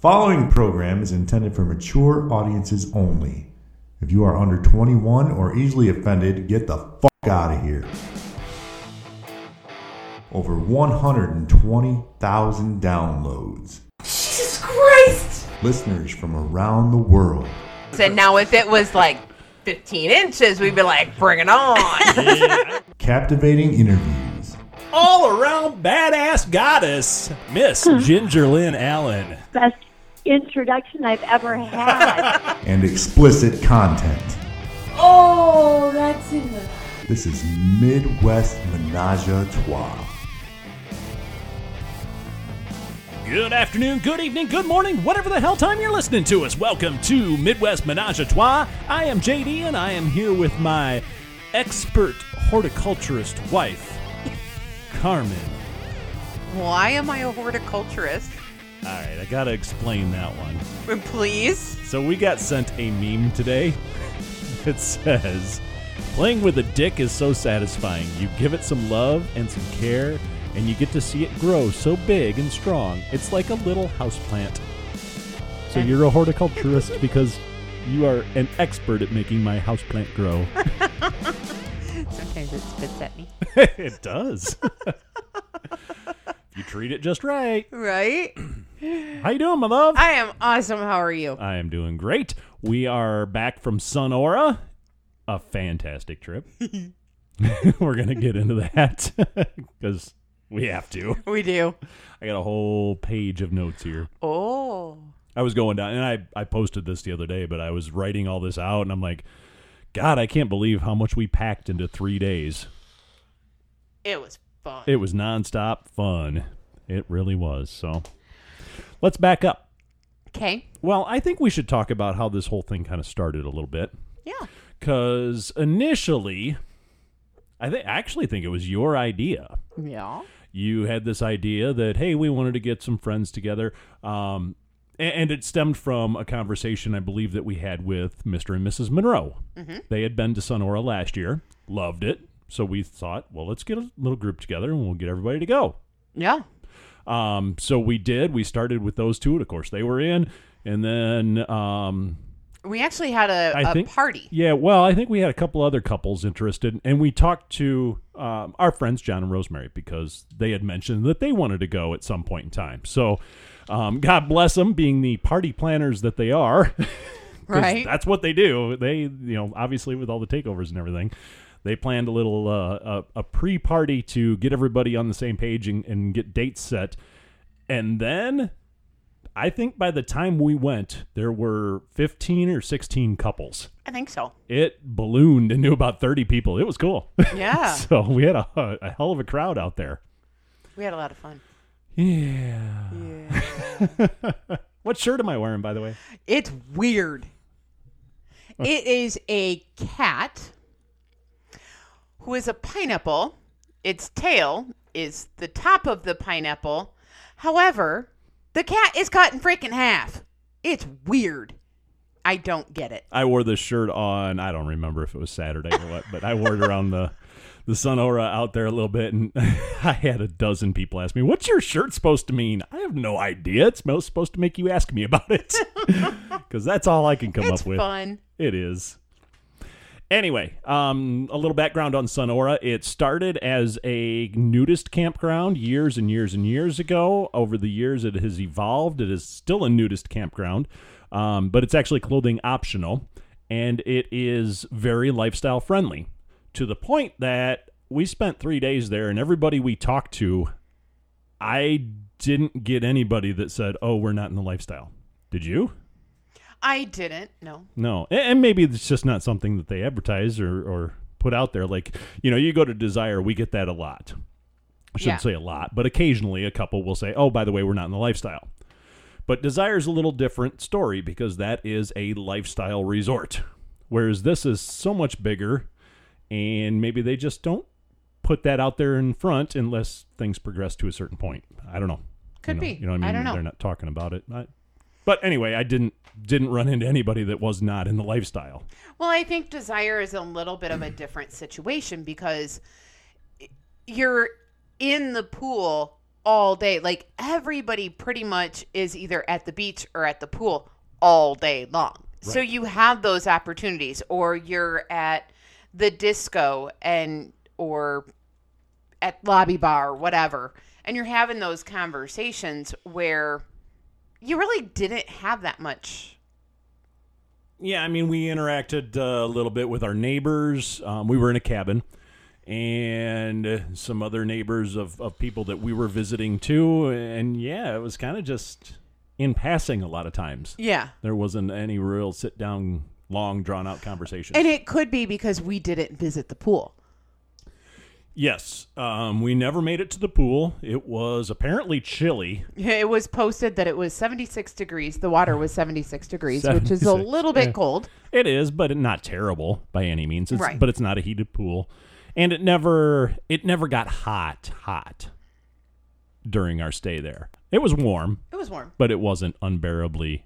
Following program is intended for mature audiences only. If you are under 21 or easily offended, get the fuck out of here. Over 120,000 downloads. Jesus Christ! Listeners from around the world. And now if it was like 15 inches, we'd be like, bring it on. Captivating interviews. all around badass goddess, Miss Ginger Lynn Allen. best introduction I've ever had. and explicit content. Oh, that's it. This is Midwest Menage a Trois. Good afternoon, good evening, good morning, whatever the hell time you're listening to us. Welcome to Midwest Menage a Trois. I am JD and I am here with my expert horticulturist wife, Carmen. Why am I a horticulturist? All right, I gotta explain that one. Please? So we got sent a meme today that says, "Playing with a dick is so satisfying. You give it some love and some care, and you get to see it grow so big and strong. It's like a little houseplant." So you're a horticulturist because you are an expert at making my houseplant grow. Sometimes it spits at me. it does. you treat it just right. Right? How you doing, my love? I am awesome. How are you? I am doing great. We are back from Sonora. A fantastic trip. We're going to get into that because we have to. We do. I got a whole page of notes here. Oh. I was going down, and I, I posted this the other day, but I was writing all this out, and I'm like, God, I can't believe how much we packed into three days. It was fun. It was nonstop fun. It really was. So let's back up. Okay. Well, I think we should talk about how this whole thing kind of started a little bit. Yeah. because initially i think I actually think it was your idea Yeah. you had this idea that hey we wanted to get some friends together um, a- and, it stemmed from a conversation i believe that we had with mr and mrs monroe they had been to sonora last year loved it so we thought well let's get a little group together and we'll get everybody to go Yeah. um, so we did we started with those two and of course they were in and then um, We actually had a, I a think- party. Yeah, well, I think we had a couple other couples interested, and we talked to um, our friends John and Rosemary because they had mentioned that they wanted to go at some point in time. So, um, God bless them, being the party planners that they are. 'cause Right? That's what they do. They, you know, obviously with all the takeovers and everything, they planned a little uh, a, a pre-party to get everybody on the same page and, and get dates set, and then. I think by the time we went, there were 15 or 16 couples I think so. it ballooned into about 30 people. It was cool. Yeah. so we had a, a hell of a crowd out there. we had a lot of fun. Yeah. what shirt am I wearing, by the way? It's weird. It is a cat who is a pineapple. Its tail is the top of the pineapple. However, the cat is cut in freaking half. It's weird. I don't get it. I wore this shirt on, I don't remember if it was Saturday or what, but I wore it around the, the Sonora out there a little bit. And I had a dozen people ask me, What's your shirt supposed to mean? I have no idea. It's most supposed to make you ask me about it because that's all I can come It's up with. fun. It is. Anyway, um, a little background on Sonora. It started as a nudist campground years and years and years ago. Over the years, it has evolved. It is still a nudist campground, um, but it's actually clothing optional, and it is very lifestyle friendly to the point that we spent three days there, and everybody we talked to, I didn't get anybody that said, "Oh, we're not in the lifestyle." Did you? I didn't. No. No, A- and maybe it's just not something that they advertise or, or put out there. Like you know, you go to Desire, we get that a lot. I shouldn't Yeah. say a lot, but occasionally a couple will say, "Oh, by the way, we're not in the lifestyle." But Desire's a little different story because that is a lifestyle resort, whereas this is so much bigger, and maybe they just don't put that out there in front unless things progress to a certain point. I don't know. Could You know- be. You know what I I mean? don't know. They're not talking about it. I- but anyway, I didn't didn't run into anybody that was not in the lifestyle. Well, I think desire is a little bit of a different situation because you're in the pool all day. Like everybody pretty much is either at the beach or at the pool all day long. So you have those opportunities or you're at the disco and or at lobby bar or whatever and you're having those conversations where you really didn't have that much Yeah, I mean, we interacted uh, a little bit with our neighbors. Um, we were in a cabin, and uh, some other neighbors of, of people that we were visiting too. And yeah, it was kind of just in passing a lot of times. yeah There wasn't any real sit down, long drawn out conversation. and it could be because we didn't visit the pool yes, um, we never made it to the pool. It was apparently chilly. it was posted that it was 76 degrees the water was 76 degrees which is a 76, little bit yeah. cold It is, but not terrible by any means. It's, Right. But it's not a heated pool, and it never it never got hot hot during our stay there. It was warm, it was warm but it wasn't unbearably.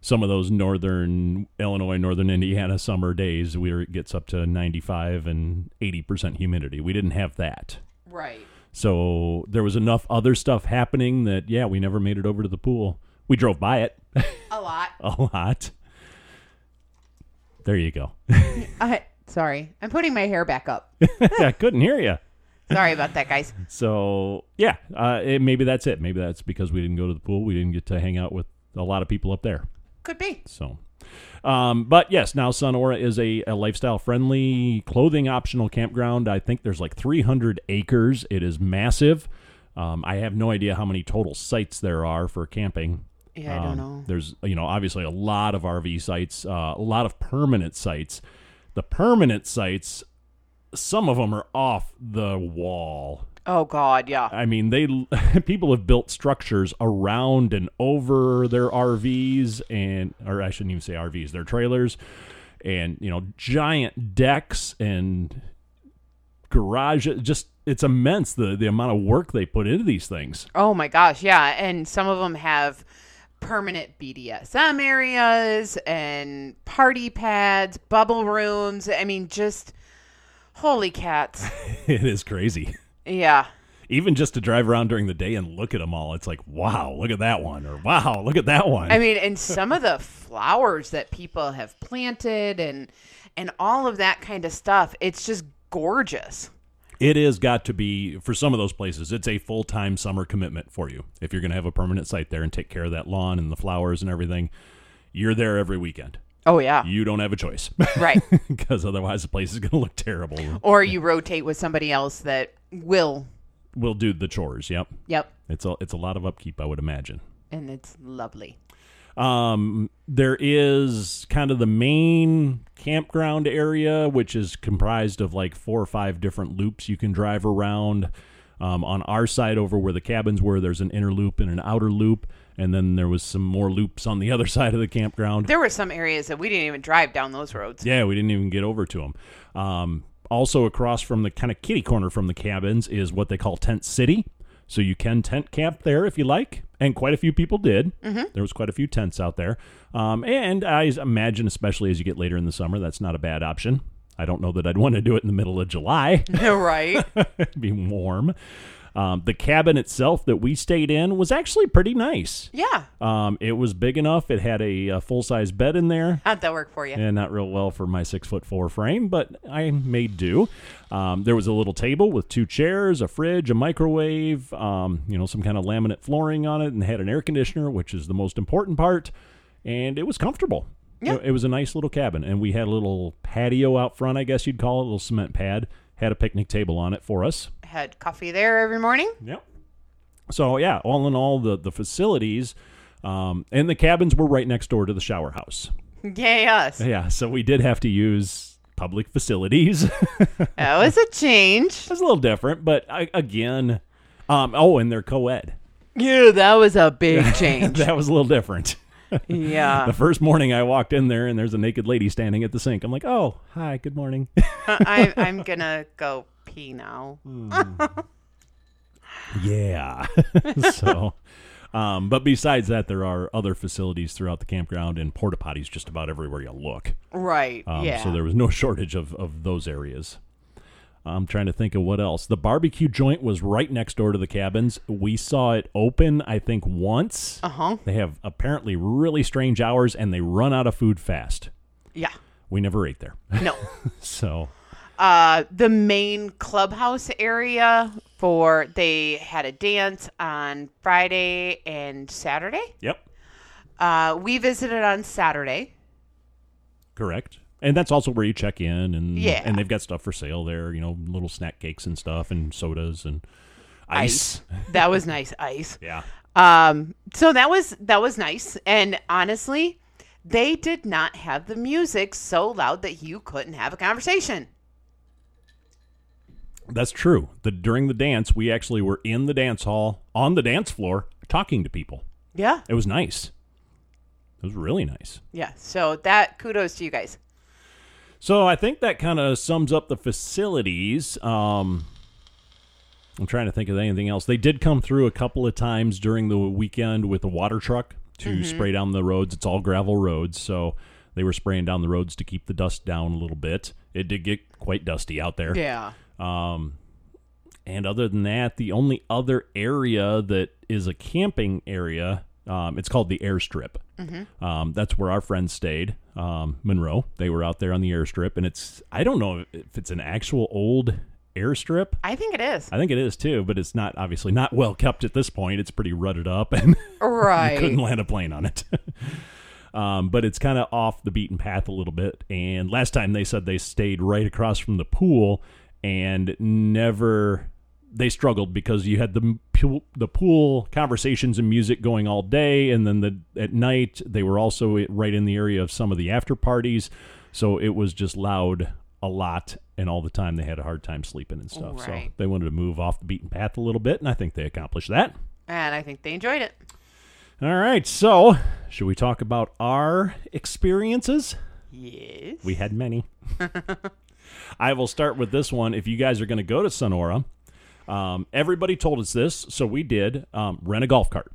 Some of those northern Illinois, northern Indiana summer days where it gets up to ninety five and eighty percent humidity. We didn't have that. right So there was enough other stuff happening that yeah, we never made it over to the pool. We drove by it a lot a lot. There you go. I, sorry i'm putting my hair back up I couldn't hear you. sorry about that guys So yeah, uh, it, maybe that's it. Maybe that's because we didn't go to the pool. We didn't get to hang out with a lot of people up there. could be So, um, but yes, now Sonora is a, a lifestyle friendly, clothing optional campground. I think there's like 300 acres. It is massive. Um, I have no idea how many total sites there are for camping. Yeah, I don't Um, know. There's, you know, obviously a lot of RV sites, uh, a lot of permanent sites. The permanent sites, some of them are off the wall. oh god yeah I mean, they people have built structures around and over their RVs and or I shouldn't even say RVs, their trailers and, you know, giant decks and garage just it's immense the the amount of work they put into these things. Oh my gosh, yeah, and some of them have permanent BDSM areas and party pads, bubble rooms. I mean, just holy cats. It is crazy. yeah. Even just to drive around during the day and look at them all, it's like, wow, look at that one, or wow, look at that one. I mean, and some of the flowers that people have planted and and all of that kind of stuff. It's just gorgeous. it has got to be for some of those places it's a full-time summer commitment for you if you're going to have a permanent site there and take care of that lawn and the flowers and everything you're there every weekend Oh yeah. you don't have a choice Right. because otherwise the place is going to look terrible or you rotate with somebody else that will. we'll do the chores yep Yep. it's a it's a lot of upkeep i would imagine And it's lovely. Um, there is kind of the main campground area, which is comprised of like four or five different loops you can drive around. Um, on our side, over where the cabins were, there's an inner loop and an outer loop, and then there was some more loops on the other side of the campground. There were some areas that we didn't even drive down those roads. Yeah, we didn't even get over to them. Um, also, across from the kind of kitty corner from the cabins is what they call Tent City. So you can tent camp there if you like, and quite a few people did. There was quite a few tents out there, um, and I s- imagine, especially as you get later in the summer, that's not a bad option. I don't know that I'd want to do it in the middle of July. right. It'd be warm. Um, the cabin itself that we stayed in was actually pretty nice. Yeah. Um, it was big enough. It had a, a full size bed in there. How'd that work for you? Yeah, not real well for my six foot four frame, but I made do. Um, there was a little table with two chairs, a fridge, a microwave, um, you know, some kind of laminate flooring on it, and had an air conditioner, which is the most important part. And it was comfortable. Yeah. It, it was a nice little cabin, and we had a little patio out front, I guess you'd call it, a little cement pad. Had a picnic table on it for us. Had coffee there every morning. Yep. So yeah, all in all, the the facilities um, and the cabins were right next door to the shower house. Yay, us. Yeah, so we did have to use public facilities. it That was a change. was a little different, but I, again, um, oh, and they're co-ed. Yeah, that was a big change. That was a little different. yeah. The first morning I walked in there and there's a naked lady standing at the sink. I'm like, oh, hi, good morning. Uh, I, I'm going to go pee now. Um, yeah. so, um, but besides that, there are other facilities throughout the campground and porta potties just about everywhere you look. Right. Um, yeah. So there was no shortage of, of those areas. I'm trying to think of what else. The barbecue joint was right next door to the cabins. We saw it open, I think, once. Uh huh. They have apparently really strange hours and they run out of food fast. Yeah. We never ate there. No. so, uh, the main clubhouse area for they had a dance on Friday and Saturday. yep, Uh, we visited on Saturday. correct. And that's also where you check in and Yeah. and they've got stuff for sale there, you know, little snack cakes and stuff and sodas and ice. That was nice ice. Yeah. Um, so that was that was nice. And honestly, they did not have the music so loud that you couldn't have a conversation. That's true. The during the dance, we actually were in the dance hall on the dance floor talking to people. Yeah. It was nice. It was really nice. Yeah. So that kudos to you guys. So I think that kind of sums up the facilities. Um, I'm trying to think of anything else. They did come through a couple of times during the weekend with a water truck to spray down the roads. It's all gravel roads, so they were spraying down the roads to keep the dust down a little bit. It did get quite dusty out there. Yeah. Um, and other than that, the only other area that is a camping area, um, it's called the airstrip. Um, that's where our friends stayed, um, Monroe. They were out there on the airstrip, and it's I don't know if it's an actual old airstrip. I think it is. I think it is too, but it's not obviously not well kept at this point. It's pretty rutted up, and Right. couldn't land a plane on it. um, but it's kind of off the beaten path a little bit. And last time they said they stayed right across from the pool and never they struggled because you had the m- pool, the pool conversations and music going all day, and then the at night they were also i- right in the area of some of the after parties, so it was just loud a lot and all the time they had a hard time sleeping and stuff so Right. they wanted to move off the beaten path a little bit and i think they accomplished that And I think they enjoyed it. all right, so should we talk about our experiences? Yes. We had many. I will start with this one. If you guys are going to go to Sonora, um, everybody told us this, so we did um, rent a golf cart.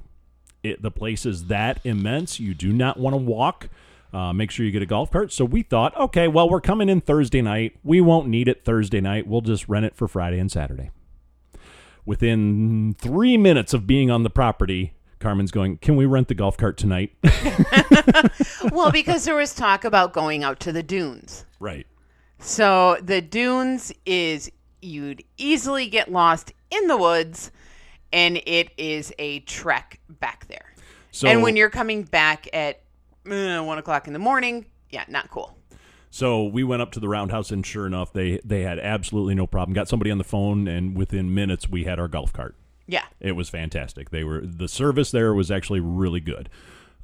It, the place is that immense. You do not want to walk. Uh, make sure you get a golf cart. So we thought, okay, well, we're coming in Thursday night. We won't need it Thursday night. We'll just rent it for Friday and Saturday. Within three minutes of being on the property, Carmen's going, Can we rent the golf cart tonight? well, because there was talk about going out to the dunes. right. So the dunes is you'd easily get lost in the woods, and it is a trek back there. So and when you're coming back at uh, one o'clock in the morning, yeah, not cool. So we went up to the roundhouse, and sure enough, they they had absolutely no problem. Got somebody on the phone, and within minutes, we had our golf cart. Yeah, It was fantastic. They were the service there was actually really good.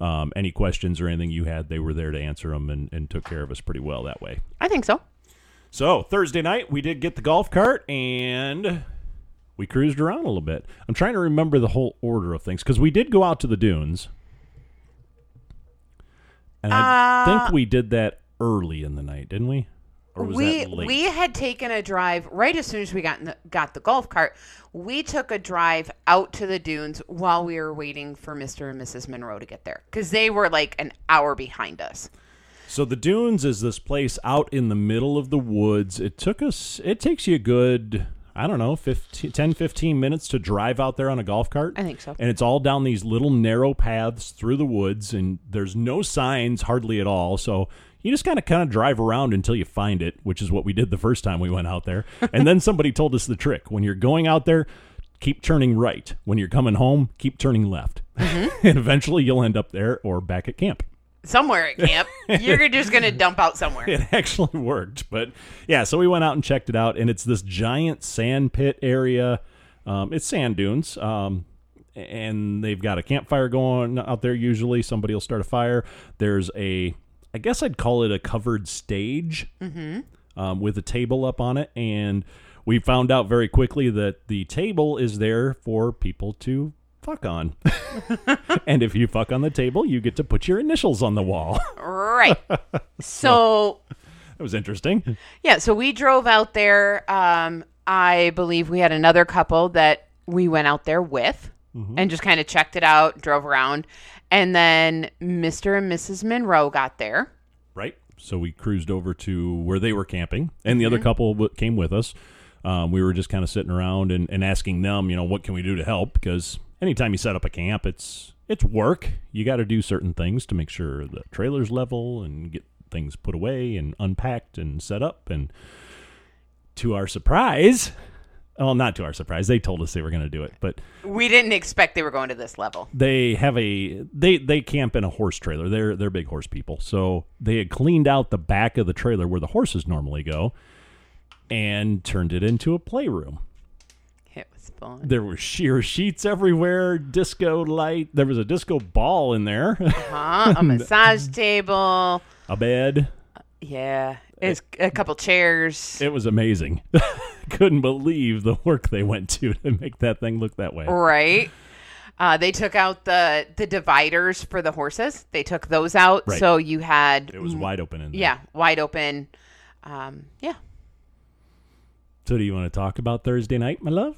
Um, any questions or anything you had, they were there to answer them and, and took care of us pretty well that way. I think so. So Thursday night, we did get the golf cart and we cruised around a little bit. I'm trying to remember the whole order of things because we did go out to the dunes, and Uh, I think we did that early in the night, didn't we? Or was we that late? we had taken a drive right as soon as we got in the, got the golf cart. We took a drive out to the dunes while we were waiting for Mr. and Mrs. Monroe to get there because they were like an hour behind us. So the dunes is this place out in the middle of the woods. It took us. It takes you a good. I don't know, 15, 10, 15 minutes to drive out there on a golf cart. I think so. And it's all down these little narrow paths through the woods, and there's no signs hardly at all. So you just kind of kind of drive around until you find it, which is what we did the first time we went out there. and then somebody told us the trick: when you're going out there, keep turning right. When you're coming home, keep turning left, Mm-hmm. and eventually you'll end up there or back at camp. somewhere at camp. You're just gonna dump out somewhere. it actually worked. But yeah, so we went out and checked it out, and it's this giant sand pit area. Um, it's sand dunes, um, and they've got a campfire going out there. Usually, somebody will start a fire. There's a, I guess I'd call it a covered stage um, with a table up on it, and we found out very quickly that the table is there for people to fuck on. and if you fuck on the table, you get to put your initials on the wall. Right. So that was interesting. yeah, so we drove out there. Um, I believe we had another couple that we went out there with and just kind of checked it out, drove around, and then Mr. and Mrs. Monroe got there. Right. So we cruised over to where they were camping, and the other couple w- came with us. um, we were just kind of sitting around and, and asking them, you know, what can we do to help? Because anytime you set up a camp, it's it's work. You got to do certain things to make sure the trailer's level and get things put away and unpacked and set up. And to our surprise, well, not to our surprise, they told us they were going to do it, but We didn't expect they were going to this level. they have a they they camp in a horse trailer. They're they're big horse people. So they had cleaned out the back of the trailer where the horses normally go and turned it into a playroom. It was fun. There were sheer sheets everywhere, disco light, there was a disco ball in there, Huh? A massage table. a bed. Yeah. It's a couple chairs. It was amazing. Couldn't believe the work they went to to make that thing look that way. Right. Uh, they took out the the dividers for the horses. They took those out, Right. so you had It was wide open in there. yeah wide open. Um, yeah. So do you want to talk about Thursday night, my love?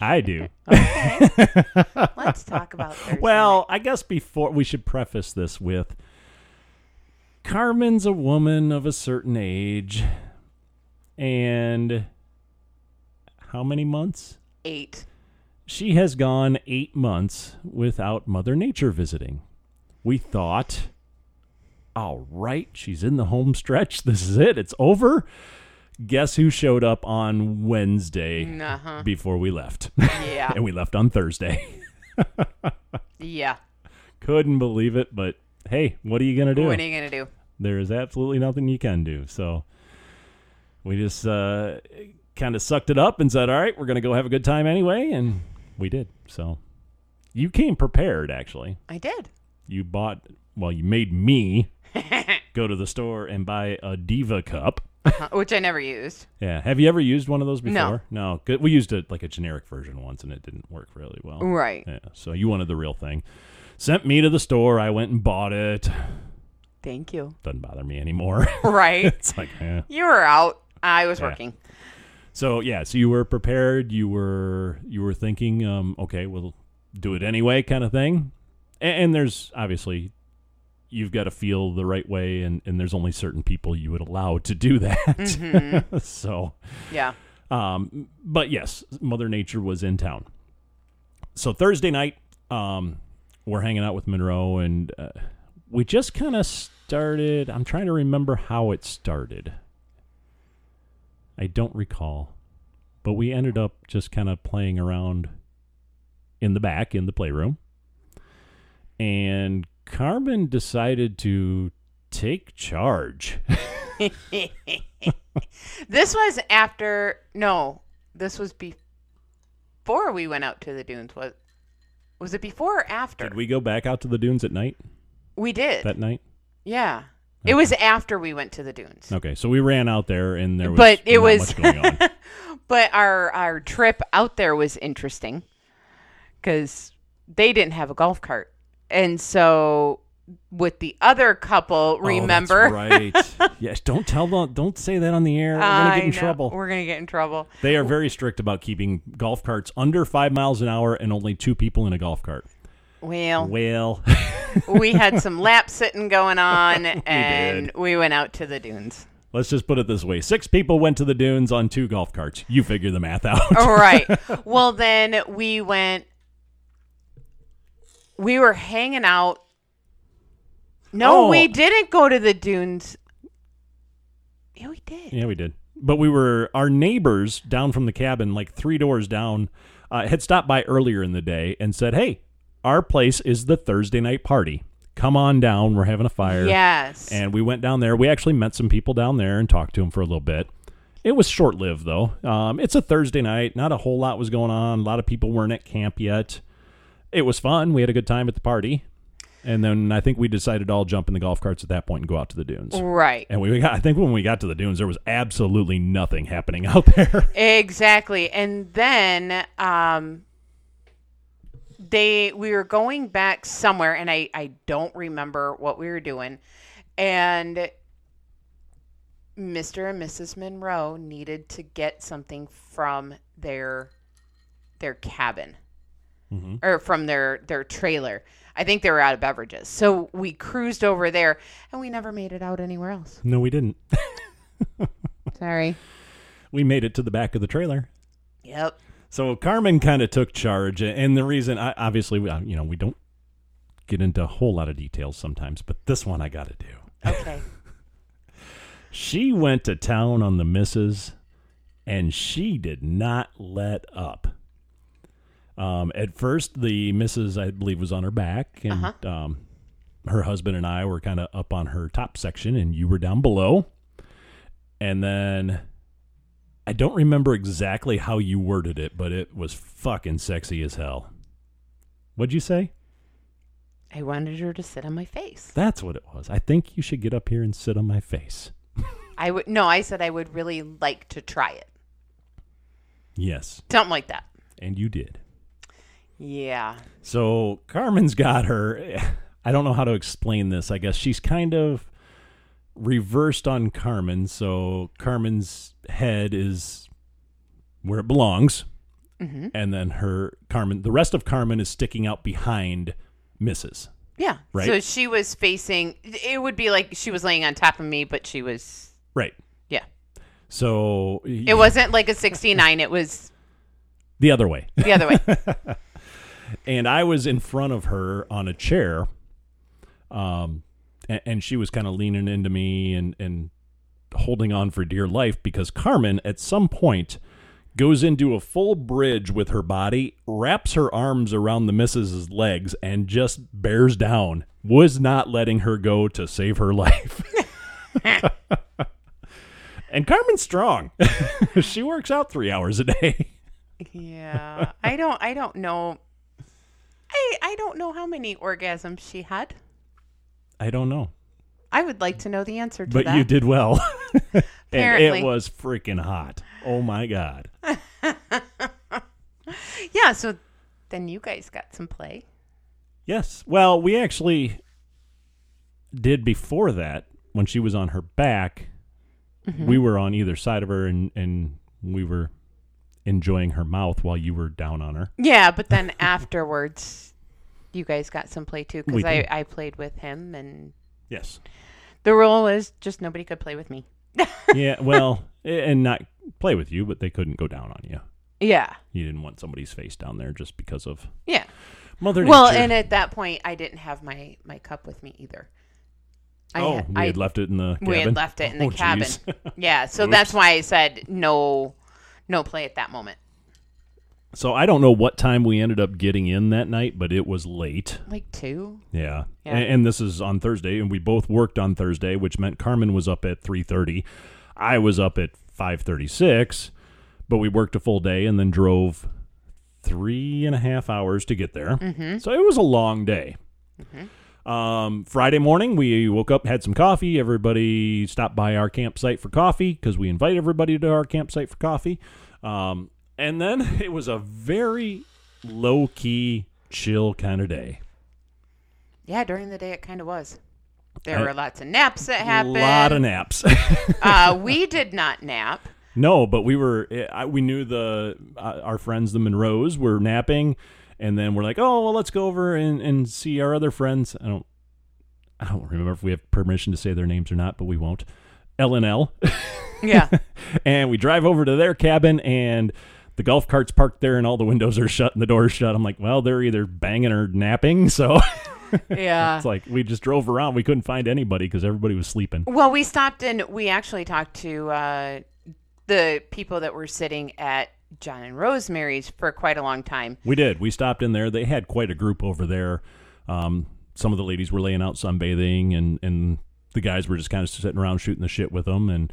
I do. Let's talk about Thursday. Well, I guess before we should preface this with Carmen's a woman of a certain age and how many months? night. eight. She has gone 8 months without Mother Nature visiting. We thought all right, she's in the home stretch. This is it. It's over. Guess who showed up on Wednesday Uh-huh. before we left? Yeah. and we left on Thursday. yeah. couldn't believe it but hey what are you gonna do What are you gonna do? there is absolutely nothing you can do so we just uh, kind of sucked it up and said all right we're gonna go have a good time anyway and we did so you came prepared actually I did. you bought well you made me go to the store and buy a diva cup Uh, Which I never used. yeah have you ever used one of those No. before no, good we used it like a generic version once and it didn't work really well Right. Oh. yeah so you wanted the real thing sent me to the store i went and bought it Thank you. doesn't bother me anymore. Right. it's like, eh. you were out. I was working. So yeah, so you were prepared. You were you were thinking, um, okay, we'll do it anyway, kind of thing. And, and there's obviously you've got to feel the right way, and and there's only certain people you would allow to do that. so Yeah. Um, but yes, Mother Nature was in town. So Thursday night, um, we're hanging out with Monroe, and uh, we just kind of started. I'm trying to remember how it started. I don't recall, but we ended up just kind of playing around in the back in the playroom, and Carmen decided to take charge. This was after. No, this was before we went out to the dunes. Was was it before or after? Did we go back out to the dunes at night We did. that night? yeah. It was after we went to the dunes. Okay, so we ran out there, and there was But it not was- much going on. But our our trip out there was interesting because they didn't have a golf cart, and so with the other couple, remember, Oh, right? yes. Don't tell them. Don't say that on the air. We're I gonna get in know, trouble. We're gonna get in trouble. they are very strict about keeping golf carts under five miles an hour and only two people in a golf cart. Well, Well, we had some lap sitting going on, and did. we went out to the dunes. let's just put it this way: six people went to the dunes on two golf carts. You figure the math out. All right. Well, then we went. We were hanging out. No, Oh. we didn't go to the dunes. Yeah, we did. Yeah, we did. But we were our neighbors down from the cabin, like three doors down, uh, had stopped by earlier in the day and said, "Hey, our place is the Thursday night party. Come on down. We're having a fire." Yes. And we went down there. We actually met some people down there and talked to them for a little bit. It was short lived though. Um, it's a Thursday night. Not a whole lot was going on. A lot of people weren't at camp yet. It was fun. We had a good time at the party. And then I think we decided to all jump in the golf carts at that point and go out to the dunes. right. And we got, I think when we got to the dunes, there was absolutely nothing happening out there. Exactly. And then um they we were going back somewhere and I I don't remember what we were doing and Mr. and Mrs. Monroe needed to get something from their their cabin or from their their trailer. I think they were out of beverages. So we cruised over there and we never made it out anywhere else. no, we didn't. Sorry. we made it to the back of the trailer. Yep. So Carmen kind of took charge, and the reason, I, obviously, we, uh, you know, we don't get into a whole lot of details sometimes, but this one I got to do. Okay. She went to town on the missus, and she did not let up. Um, at first, the missus, I believe, was on her back, and um, her husband and I were kind of up on her top section, and you were down below. And then I don't remember exactly how you worded it, but it was fucking sexy as hell. What'd you say? I wanted her to sit on my face. That's what it was. I think you should get up here and sit on my face. I would no, I said I would really like to try it. Yes, Something like that. and you did. Yeah. So Carmen's got her. I don't know how to explain this. I guess she's kind of reversed on Carmen. So Carmen's head is where it belongs, and then her Carmen, the rest of Carmen is sticking out behind Mrs. Yeah. Right. So she was facing it would be like she was laying on top of me, but she was Right. yeah. So It wasn't like a sixty nine, it was the other way. the other way. and I was in front of her on a chair, um, and, and she was kind of leaning into me and and holding on for dear life because Carmen at some point goes into a full bridge with her body, wraps her arms around the missus's legs, and just bears down. Was not letting her go to save her life. and Carmen's strong. she works out three hours a day. yeah. I don't I don't know I I don't know how many orgasms she had. I don't know. I would like to know the answer to but that. you did well. and Apparently. it was freaking hot. Oh my god. Yeah, so then you guys got some play. Yes. Well, we actually did before that when she was on her back. Mm-hmm. We were on either side of her and and we were enjoying her mouth while you were down on her. Yeah, but then afterwards, you guys got some play too We because I, did. I played with him, and Yes. the rule is just nobody could play with me. Yeah, well, a- and not play with you, but they couldn't go down on you. Yeah, You didn't want somebody's face down there just because of yeah. mother Well, nature. and at that point, I didn't have my my cup with me either. I oh, had- we I- had left it in the cabin. we had left it in the Oh, cabin. jeez. yeah, so that's why I said no, no play at that moment. So I don't know what time we ended up getting in that night, but it was late. Like two. Yeah. A- Yeah. And, this is on Thursday, and we both worked on Thursday, which meant Carmen was up at three thirty. I was up at five thirty six, but we worked a full day and then drove three and a half hours to get there. So it was a long day. Um, Friday morning, we woke up, had some coffee. Everybody stopped by our campsite for coffee because we invite everybody to our campsite for coffee. Um, and then it was a very low key, chill kind of day. Yeah, during the day it kind of was. There I- were lots of naps that A happened. Uh, lot of naps. uh, we did not nap. no, but we were eh, I, we knew the uh, our friends the Monroes were napping, and then we're like, oh well, let's go over and, and see our other friends. I don't I don't remember if we have permission to say their names or not, but we won't. L and L, Yeah. and we drive over to their cabin and. The golf cart's parked there, and all the windows are shut and the doors shut. I'm like, well, they're either banging or napping. So Yeah. it's like we just drove around. We couldn't find anybody because everybody was sleeping. Well, we stopped and we actually talked to uh, the people that were sitting at John and Rosemary's for quite a long time. We did. We stopped in there. They had quite a group over there. Um, some of the ladies were laying out sunbathing, and and the guys were just kind of sitting around shooting the shit with them. And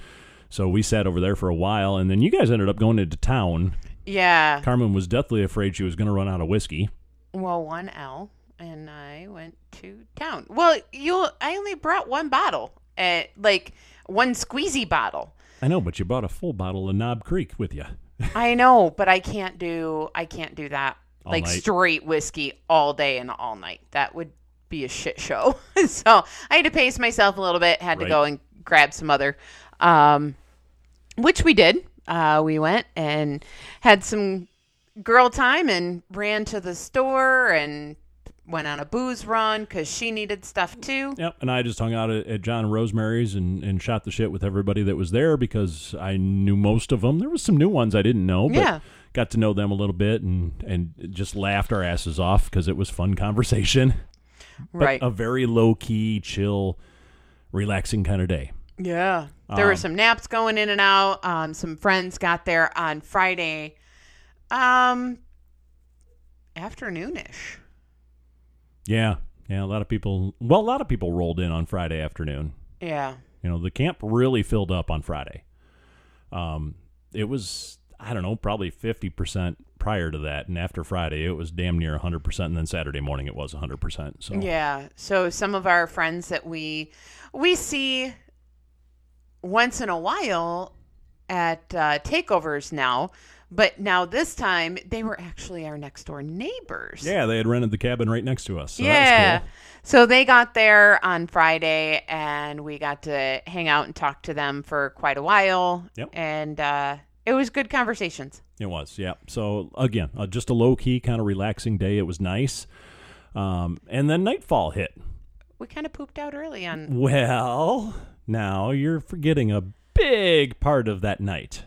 so we sat over there for a while, and then you guys ended up going into town. Yeah. Carmen was deathly afraid she was going to run out of whiskey. Well, one L and I went to town. Well, you I only brought one bottle, uh, like one squeezy bottle. I know, but you brought a full bottle of Knob Creek with you. I know, but I can't do I can't do that. All like night. straight whiskey all day and all night. That would be a shit show. so I had to pace myself a little bit, had to Right. go and grab some other um which we did. Uh we went and had some girl time and ran to the store and went on a booze run because she needed stuff too. Yep, and I just hung out at, at John and Rosemary's and, and shot the shit with everybody that was there because I knew most of them. There was some new ones I didn't know, but Yeah. got to know them a little bit and and just laughed our asses off because it was fun conversation. But right. a very low key, chill, relaxing kind of day. Yeah. There were some naps going in and out. Um, some friends got there on Friday um, afternoonish. Yeah, yeah. A lot of people. Well, a lot of people rolled in on Friday afternoon. Yeah. You know, the camp really filled up on Friday. Um, it was I don't know, probably fifty percent prior to that, and after Friday, it was damn near hundred percent, and then Saturday morning it was hundred percent. So Yeah. So some of our friends that we we see once in a while at uh, takeovers now, but now this time they were actually our next door neighbors. Yeah, they had rented the cabin right next to us. So yeah. That was So they got there on Friday and we got to hang out and talk to them for quite a while. Yep. And uh, it was good conversations. cool. It was. Yeah. So again, uh, just a low key kind of relaxing day. It was nice. Um, and then nightfall hit. We kind of pooped out early on. Well, now you're forgetting a big part of that night.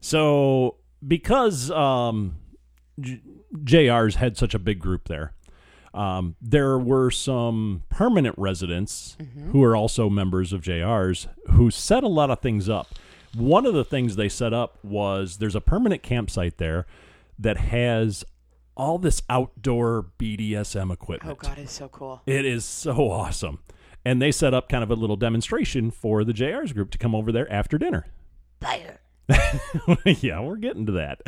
So, because um, J- JR's had such a big group there, um, there were some permanent residents who are also members of JR's who set a lot of things up. One of the things they set up was there's a permanent campsite there that has all this outdoor BDSM Oh, equipment. God, it's so cool. It is so awesome. And they set up kind of a little demonstration for the JR's group to come over there after dinner. Fire. yeah, we're getting to that.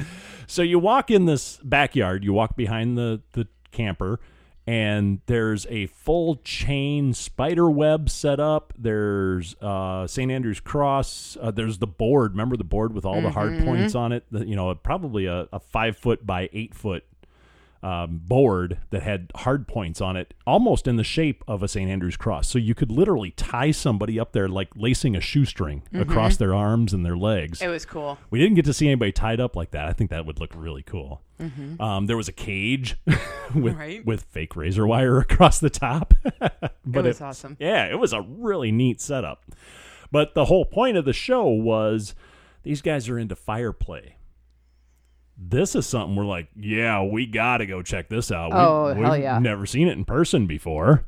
So you walk in this backyard, you walk behind the, the camper, and there's a full chain spider web set up. There's uh, St. Andrew's Cross. Uh, there's the board. Remember the board with all the hard points on it? The- you know, probably a, a five foot by eight foot um, board that had hard points on it, almost in the shape of a St. Andrew's cross. So you could literally tie somebody up there, like lacing a shoestring across their arms and their legs. It was cool. We didn't get to see anybody tied up like that. I think that would look really cool. Um, there was a cage with Mm-hmm. Right. with fake razor wire across the top. but it was awesome. yeah, it was a really neat setup. But the whole point of the show was these guys are into fire play. This is something we're like, yeah, we got to go check this out. We- Oh, we've hell yeah. never seen it in person before.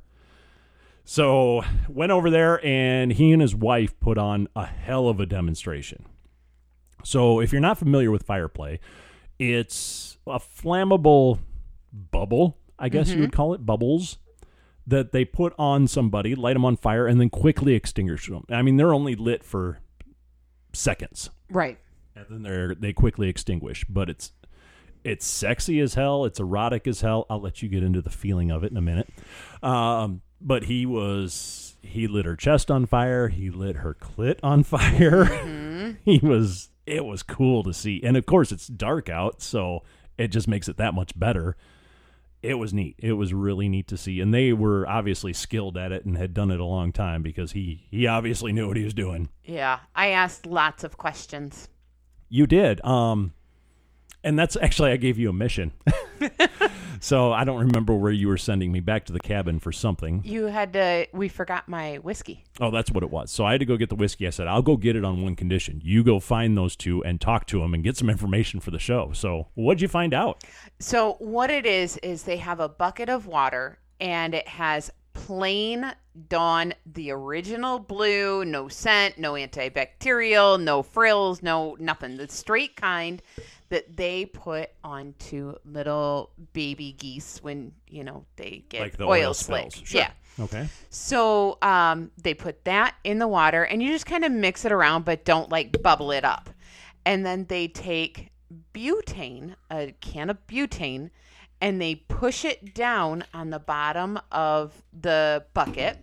So went over there, and he and his wife put on a hell of a demonstration. So if you're not familiar with fire play, it's a flammable bubble, I guess you would Mm-hmm. call it bubbles that they put on somebody, light them on fire, and then quickly extinguish them. I mean, they're only lit for seconds, Right. and then they're they quickly extinguish. But it's it's sexy as hell. It's erotic as hell. I'll let you get into the feeling of it in a minute. Um, but he was he lit her chest on fire. He lit her clit on fire. he was it was cool to see, and of course it's dark out, so it just makes it that much better. It was neat. It was really neat to see, and they were obviously skilled at it and had done it a long time because he he obviously knew what he was doing. Yeah. I asked lots of questions. You did. Um, and that's actually I gave you a mission. so I don't remember where you were sending me back to the cabin for something. You had to, we forgot my whiskey. Oh, that's what it was. So I had to go get the whiskey. I said I'll go get it on one condition: you go find those two and talk to them and get some information for the show. So what'd you find out? So what it is is they have a bucket of water and it has plain Dawn, the original blue, no scent, no antibacterial, no frills, no nothing. The straight kind that they put onto little baby geese when you know they get Like the oil, oil slick. spills. Sure. Yeah. Okay. So um, they put that in the water and you just kind of mix it around, but don't like bubble it up. And then they take butane, a can of butane, and they push it down on the bottom of the bucket.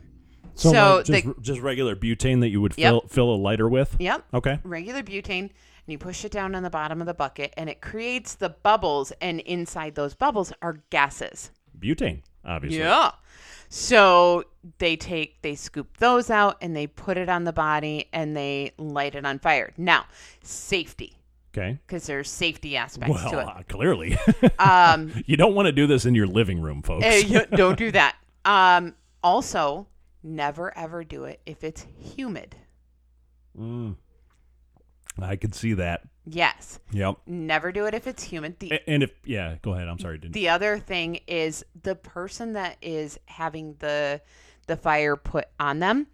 So, just, they, just regular butane that you would Yep. fill fill a lighter with. yep, Okay. regular butane, and you push it down on the bottom of the bucket, and it creates the bubbles. And inside those bubbles are gases. Butane, obviously. Yeah. So they take, they scoop those out and they put it on the body and they light it on fire. Now, safety. Okay. because there's safety aspects Well, to it. uh, clearly, Um, you don't want to do this in your living room, folks. eh, you- don't do that. Um, also, never ever do it if it's humid. Mm. I could see that. Yes, Yep. never do it if it's humid. The A- And if yeah, go ahead. I'm sorry. Didn't. the other thing is the person that is having the the fire put on them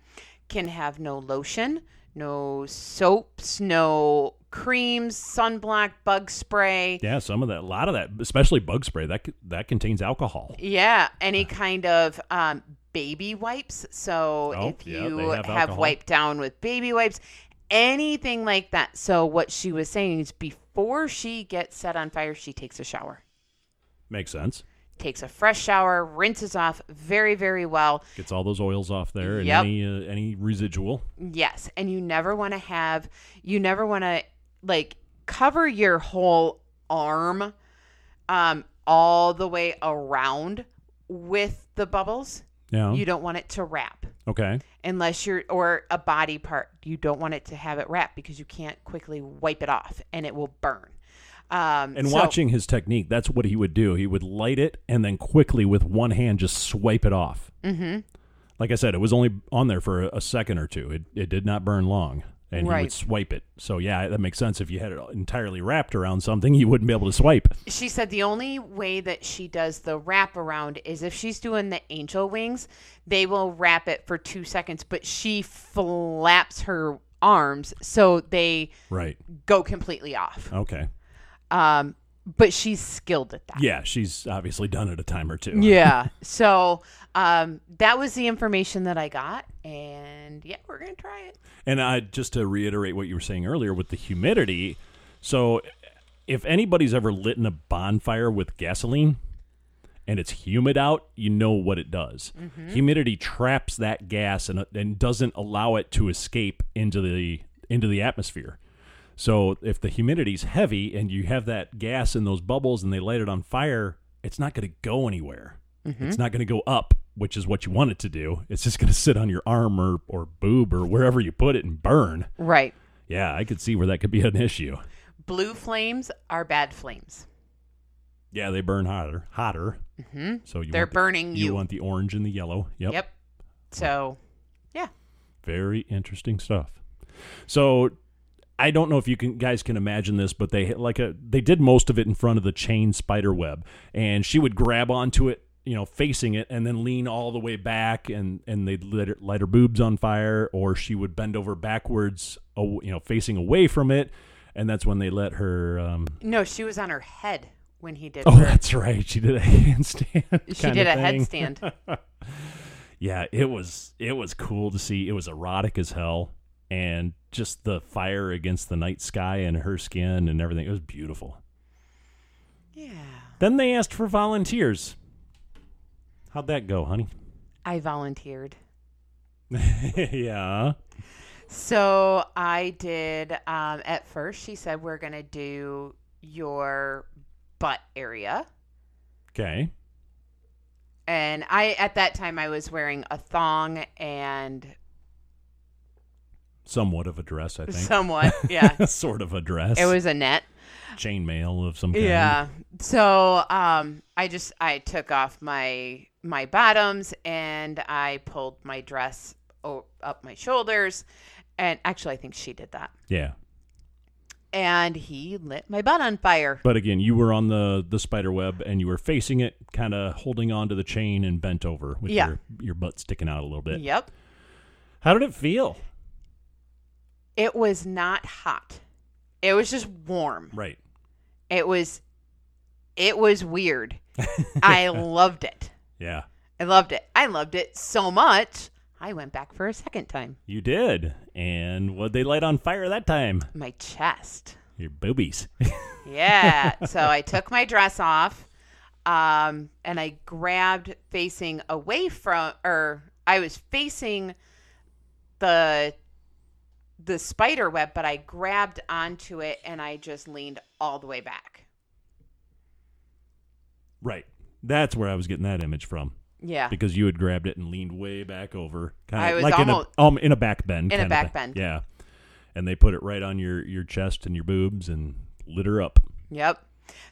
can have no lotion, no soaps, no creams, sunblock, bug spray. yeah, some of that, a lot of that, especially bug spray that c- that contains alcohol. Yeah, any kind of um, baby wipes. So Oh, if yeah, they you have have, alcohol. wiped down with baby wipes, anything like that. So what she was saying is before she gets set on fire, she takes a shower. Makes sense. Takes a fresh shower, rinses off very, very well. Gets all those oils off there and Yep. any uh, any residual. Yes, and you never want to have you never want to like cover your whole arm um all the way around with the bubbles. Yeah. You don't want it to wrap okay. unless you're or a body part. You don't want it to have it wrap because you can't quickly wipe it off and it will burn. Um And so- watching his technique, that's what he would do. He would light it and then quickly with one hand just swipe it off. Mm-hmm. Like I said, it was only on there for a, a second or two. It it did not burn long, and he would Right. swipe it. So yeah, that makes sense. If you had it entirely wrapped around something, you wouldn't be able to swipe. she said the only way that she does the wrap around is if she's doing the angel wings, they will wrap it for two seconds, but she flaps her arms so they Right. go completely off. Okay. Um, but she's skilled at that. Yeah, she's obviously done it a time or two. Yeah. So um, that was the information that I got, and yeah, we're gonna try it. And I, just to reiterate what you were saying earlier with the humidity, so if anybody's ever lit in a bonfire with gasoline and it's humid out, you know what it does. Humidity traps that gas and, and doesn't allow it to escape into the into the atmosphere. So if the humidity's heavy and you have that gas in those bubbles and they light it on fire, it's not going to go anywhere. It's Mm-hmm. not going to go up, which is what you want it to do. It's just going to sit on your arm or, or boob or wherever you put it and burn. Right. Yeah, I could see where that could be an issue. Blue flames are bad flames. Yeah, they burn hotter, hotter. Mm-hmm. So you They're want the- burning you you. want the orange and the yellow. Yep. yep. So Very interesting stuff. So I don't know if you can guys can imagine this, but they like a they did most of it in front of the chain spider web, and she would grab onto it, you know, facing it, and then lean all the way back, and and they'd light her, light her boobs on fire, or she would bend over backwards, aw- you know, facing away from it, and that's when they let her. Um, no, she was on her head when he did. oh, her. that's right, she did a handstand. She kinda did a thing. headstand. yeah, it was it was cool to see. It was erotic as hell, and just the fire against the night sky and her skin and everything. It was beautiful. yeah. Then they asked for volunteers. How'd that go, honey? I volunteered. yeah. So I did. Um, at first, she said, We're going to do your butt area. Okay. And I, at that time, I was wearing a thong and Somewhat of a dress, I think. somewhat, yeah. sort of a dress. It was a net. chainmail of some kind. Yeah. So um I just I took off my my bottoms and I pulled my dress o- up my shoulders and actually I think she did that. Yeah. And he lit my butt on fire. But again, you were on the the spider web and you were facing it, kind of holding onto the chain and bent over with Yeah. your your butt sticking out a little bit. Yep. How did it feel? It was not hot. It was just warm. Right. It was it was weird. I loved it. Yeah. I loved it. I loved it so much. I went back for a second time. You did. And what they light on fire that time? My chest. Your boobies. Yeah. so I took my dress off um, and I grabbed facing away from, or I was facing the the spider web, but I grabbed onto it and I just leaned all the way back. right. That's where I was getting that image from Yeah. because you had grabbed it and leaned way back over, kind I of was like almost- in a um in a back bend. In a kinda back thing. bend. Yeah. And they put it right on your your chest and your boobs and lit her up. Yep.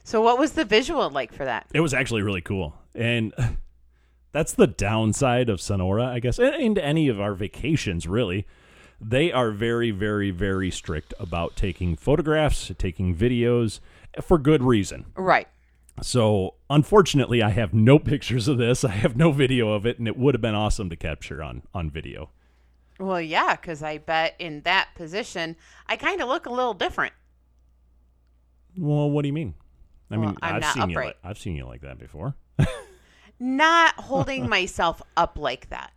So what was the visual like for that? It was actually really cool. And that's the downside of Sonora, I guess, and, and any of our vacations, really. They are very, very, very strict about taking photographs, taking videos for good reason. Right. So, unfortunately, I have no pictures of this. I have no video of it, and it would have been awesome to capture on, on video. Well, yeah, because I bet in that position, I kind of look a little different. Well, what do you mean? I Well, mean, I'm I've not seen you. upright. Like, I've seen you like that before. Not holding myself up like that.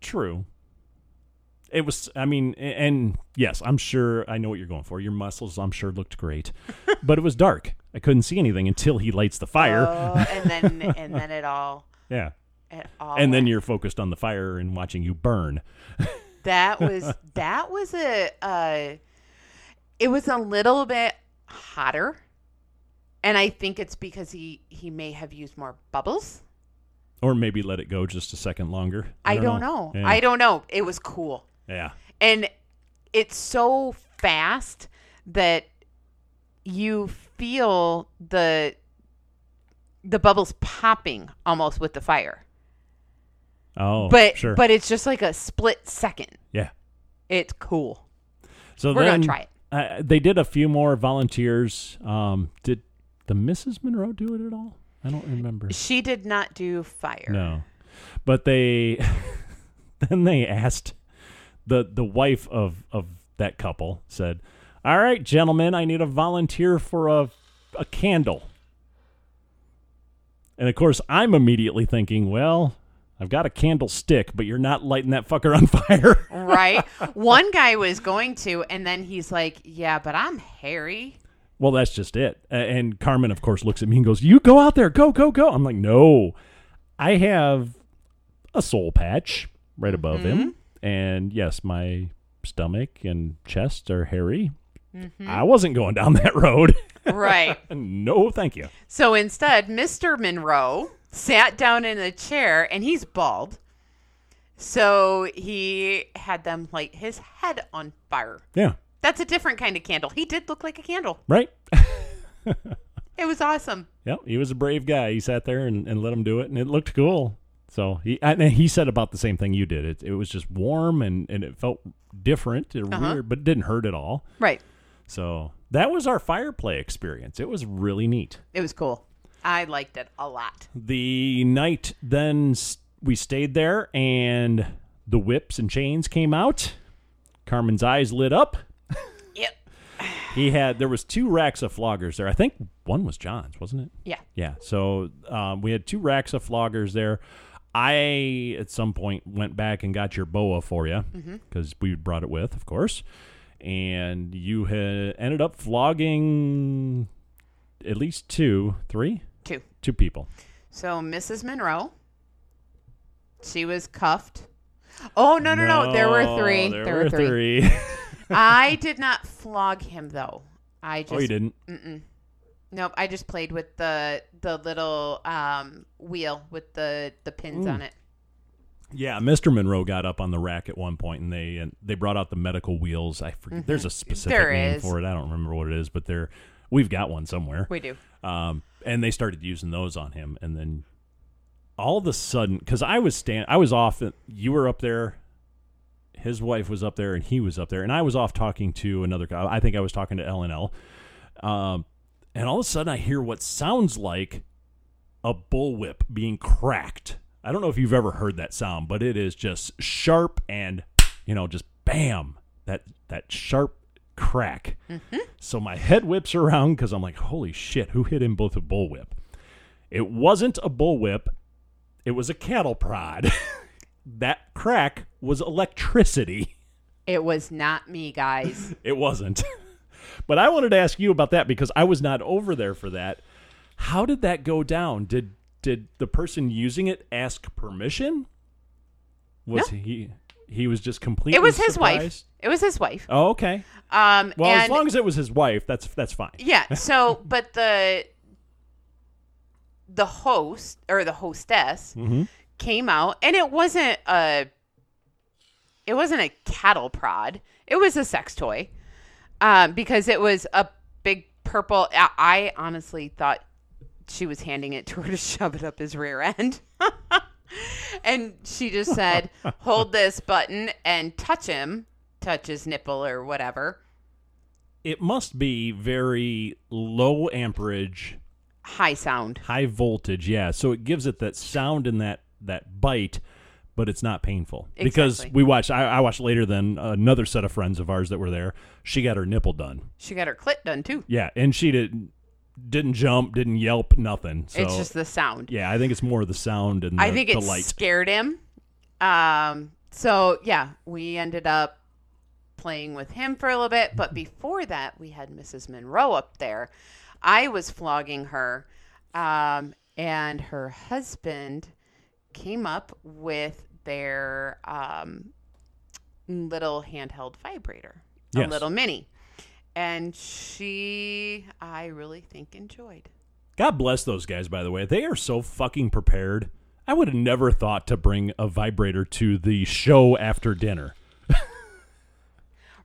True. It was. I mean, a- and yes, I'm sure I know what you're going for. Your muscles, I'm sure, looked great, but it was dark. I couldn't see anything until he lights the fire. Oh, and then and then it all yeah, it all and then went. you're focused on the fire and watching you burn. that was that was a uh it was a little bit hotter. And I think it's because he he may have used more bubbles. Or maybe let it go just a second longer. I don't, know. Yeah. I don't know. It was cool. Yeah. and it's so fast that you feel the the bubbles popping almost with the fire Oh, but sure. but it's just like a split second yeah. it's cool So We're gonna then, try it. Uh, they did a few more volunteers. Um, did the Mrs. Monroe do it at all? I don't remember. she did not do fire No, but they then they asked the the wife of of that couple said, "All right, gentlemen, I need a volunteer for a a candle." And of course, I'm immediately thinking, "Well, I've got a candlestick, but you're not lighting that fucker on fire." right one guy was going to and then he's like yeah but i'm hairy Well, that's just it. A- And Carmen, of course, looks at me and goes, You go out there, go, go, go. I'm like, No, I have a soul patch right above him. And yes, my stomach and chest are hairy. I wasn't going down that road. right no, thank you. So instead, Mr. Monroe sat down in a chair and he's bald. So he had them light his head on fire. Yeah, That's a different kind of candle. He did look like a candle. right? It was awesome. Yep, he was a brave guy. He sat there and, and let him do it, and it looked cool. So he and he said about the same thing you did. It, it was just warm and, and it felt different, and Uh-huh. weird, but it didn't hurt at all. Right. So that was our fire play experience. It was really neat. It was cool. I liked it a lot. The night then s- we stayed there and the whips and chains came out. Carmen's eyes lit up. Yep. He had there was two racks of floggers there. I think one was John's, wasn't it? Yeah. Yeah. So um, we had two racks of floggers there. I at some point went back and got your boa for you Mm-hmm. because we brought it with, of course. And you had ended up flogging at least two, three, Two. two people. So Mrs. Monroe, she was cuffed. Oh, no, no, no. There were three. There, were three. three. I did not flog him, though. I just oh, you didn't. Nope, I just played with the the little um, wheel with the the pins on it. Yeah, Mr. Monroe got up on the rack at one point, and they and they brought out the medical wheels. I forget. There's a specific Mm-hmm. There name is. for it. I don't remember what it is, but they're we've got one somewhere. We do. um, and they started using those on him and then all of a sudden because i was stand i was off you were up there his wife was up there and he was up there and i was off talking to another guy i think i was talking to l&l um, and all of a sudden i hear what sounds like a bullwhip being cracked i don't know if you've ever heard that sound but it is just sharp and you know just bam that that sharp crack so my head whips around because I'm like, holy shit, who hit him both a bullwhip? It wasn't a bullwhip, it was a cattle prod. that crack was electricity. It was not me, guys. It wasn't. but I wanted to ask you about that because I was not over there for that. How did that go down? Did did the person using it ask permission? Was he he was just completely it was his wife. surprised? It was his wife. Oh, okay. Um, Well, and as long as it was his wife, that's that's fine. yeah. So, but the the host or the hostess came out, and it wasn't a it wasn't a cattle prod. It was a sex toy, um, because it was a big purple. I, I honestly thought she was handing it to her to shove it up his rear end. and she just said, hold this button and touch him, touch his nipple or whatever. It must be very low amperage, High sound. high voltage. Yeah, so it gives it that sound and that that bite, but it's not painful because Exactly. we watched. I, I watched later than another set of friends of ours that were there. She got her nipple done. She got her clit done too. Yeah, and she did didn't jump, didn't yelp, nothing. So it's just the sound. yeah, I think it's more the sound and the, I think the it light. scared him. Um, so yeah, we ended up playing with him for a little bit, but before that, we had Mrs. Monroe up there. I was flogging her, um, and her husband came up with their um, little handheld vibrator, Yes. a little mini, and she, I really think, enjoyed. God bless those guys, by the way. They are so fucking prepared. I would have never thought to bring a vibrator to the show after dinner.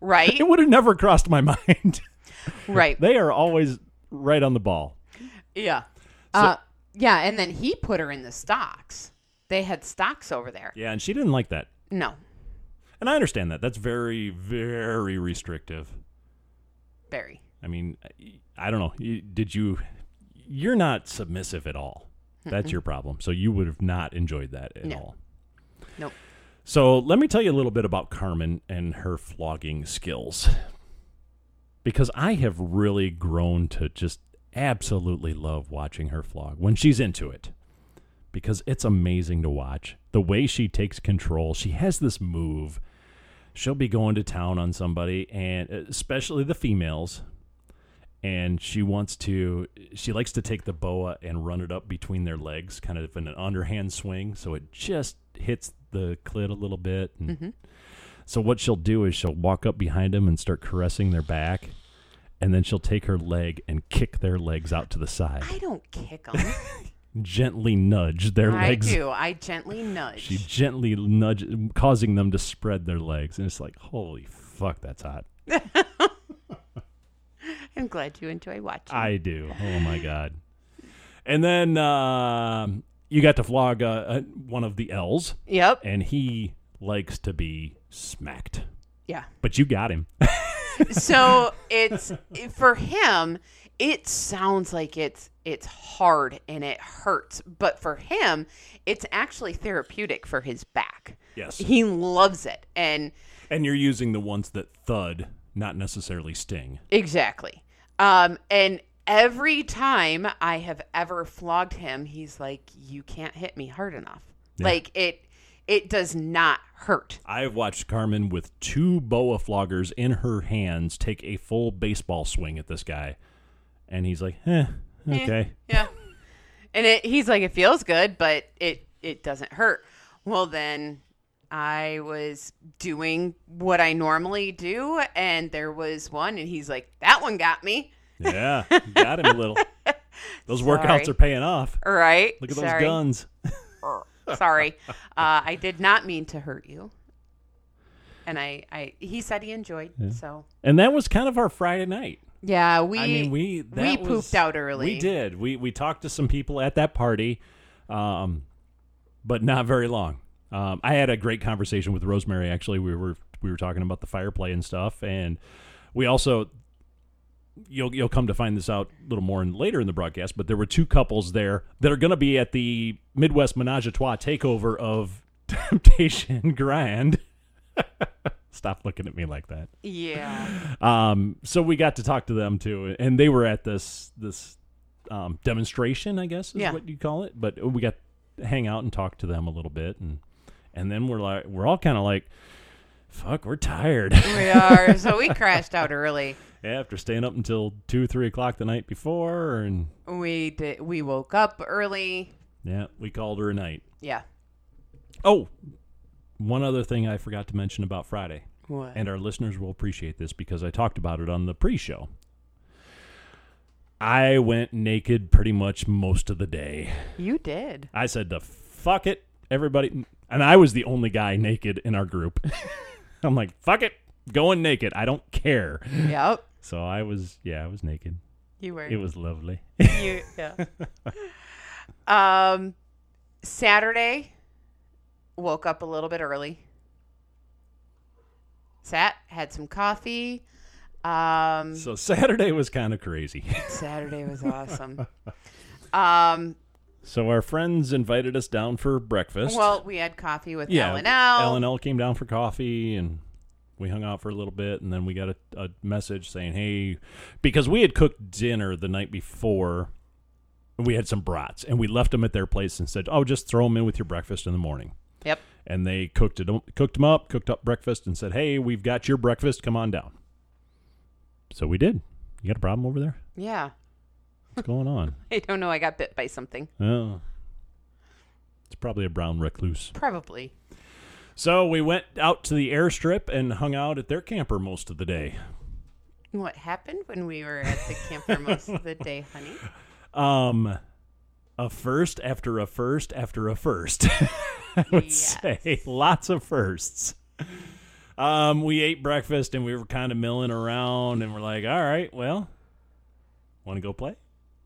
Right, It would have never crossed my mind. right. they are always right on the ball. Yeah. uh, yeah, and then he put her in the stocks. They had stocks over there. Yeah, and she didn't like that. No, And I understand that. That's very, very restrictive. Barry. I mean, I- I don't know. You- Did you? You're not submissive at all. That's your problem. So you would have not enjoyed that at No. all. Nope. So let me tell you a little bit about Carmen and her flogging skills. Because I have really grown to just absolutely love watching her flog when she's into it. Because it's amazing to watch. The way she takes control, she has this move. She'll be going to town on somebody, and uh, especially the females. And she wants to, she likes to take the boa and run it up between their legs, kind of in an underhand swing. So it just hits the clit a little bit. And Mm-hmm. so what she'll do is she'll walk up behind them and start caressing their back, and then she'll take her leg and kick their legs out to the side, I don't kick them. gently nudge their I legs. do. I gently nudge. She gently nudge, causing them to spread their legs, and it's like, holy fuck, that's hot. I'm glad you enjoy watching. I do. Oh my god. And then um you got to flog uh, uh, one of the L's, yep. and he likes to be smacked, Yeah. but you got him. So it's for him. It sounds like it's it's hard and it hurts, but for him, it's actually therapeutic for his back. Yes. He loves it, and And you're using the ones that thud, not necessarily sting. Exactly. Um, and every time I have ever flogged him, he's like, "You can't hit me hard enough." Like it, it does not hurt. I've watched Carmen with two boa floggers in her hands take a full baseball swing at this guy, and he's like, "Eh, okay." Yeah. and it, he's like, "It feels good, but it it doesn't hurt." Well, then I was doing what I normally do, and there was one, and he's like, "That one got me." Yeah, got him a little. Those workouts Sorry. are paying off. All right. Look at those Sorry. guns. Sorry, uh, I did not mean to hurt you. And I, I he said he enjoyed. So And that was kind of our Friday night. yeah, we I mean, we that we was- pooped out early. We did. We we talked to some people at that party, um, but not very long. Um, I had a great conversation with Rosemary. Actually, we were we were talking about the fire play and stuff, and we also you'll you'll come to find this out a little more in, later in the broadcast. But there were two couples there that are going to be at the Midwest Menage a Trois takeover of Temptation Grand. Stop looking at me like that. Yeah, Um, so we got to talk to them too, and they were at this this um, demonstration, I guess is Yeah. what you call it. But we got to hang out and talk to them a little bit, and and then we're like, we're all kind of like, fuck, we're tired we are. So we crashed out early. after staying up until two, three o'clock the night before, and We did. We woke up early. yeah, we called her a night. Yeah. Oh, one other thing I forgot to mention about Friday. What? and our listeners will appreciate this because I talked about it on the pre show. I went naked pretty much most of the day. You did. I said to fuck it, everybody. And I was the only guy naked in our group. I'm like, fuck it, going naked. I don't care. Yep. So I was, yeah, I was naked. You were. It was lovely. You, yeah. um, Saturday, woke up a little bit early. Sat, had some coffee. Um, So Saturday was kind of crazy. Saturday was awesome. um, So our friends invited us down for breakfast. well, we had coffee with yeah, L and L. L came down for coffee and we hung out for a little bit and then we got a, a message saying, "Hey, because we had cooked dinner the night before, we had some brats and we left them at their place and said, "Oh, just throw them in with your breakfast in the morning." Yep. And they cooked it cooked them up, cooked up breakfast and said, "Hey, we've got your breakfast. Come on down." So we did. You got a problem over there? Yeah. What's going on? I don't know. I got bit by something. Oh. It's probably a brown recluse. Probably. So we went out to the airstrip and hung out at their camper most of the day. What happened when we were at the camper most of the day, honey? Um, a first after a first after a first. I would say lots of firsts. Um, we ate breakfast and we were kind of milling around and we're like, all right, well, want to go play?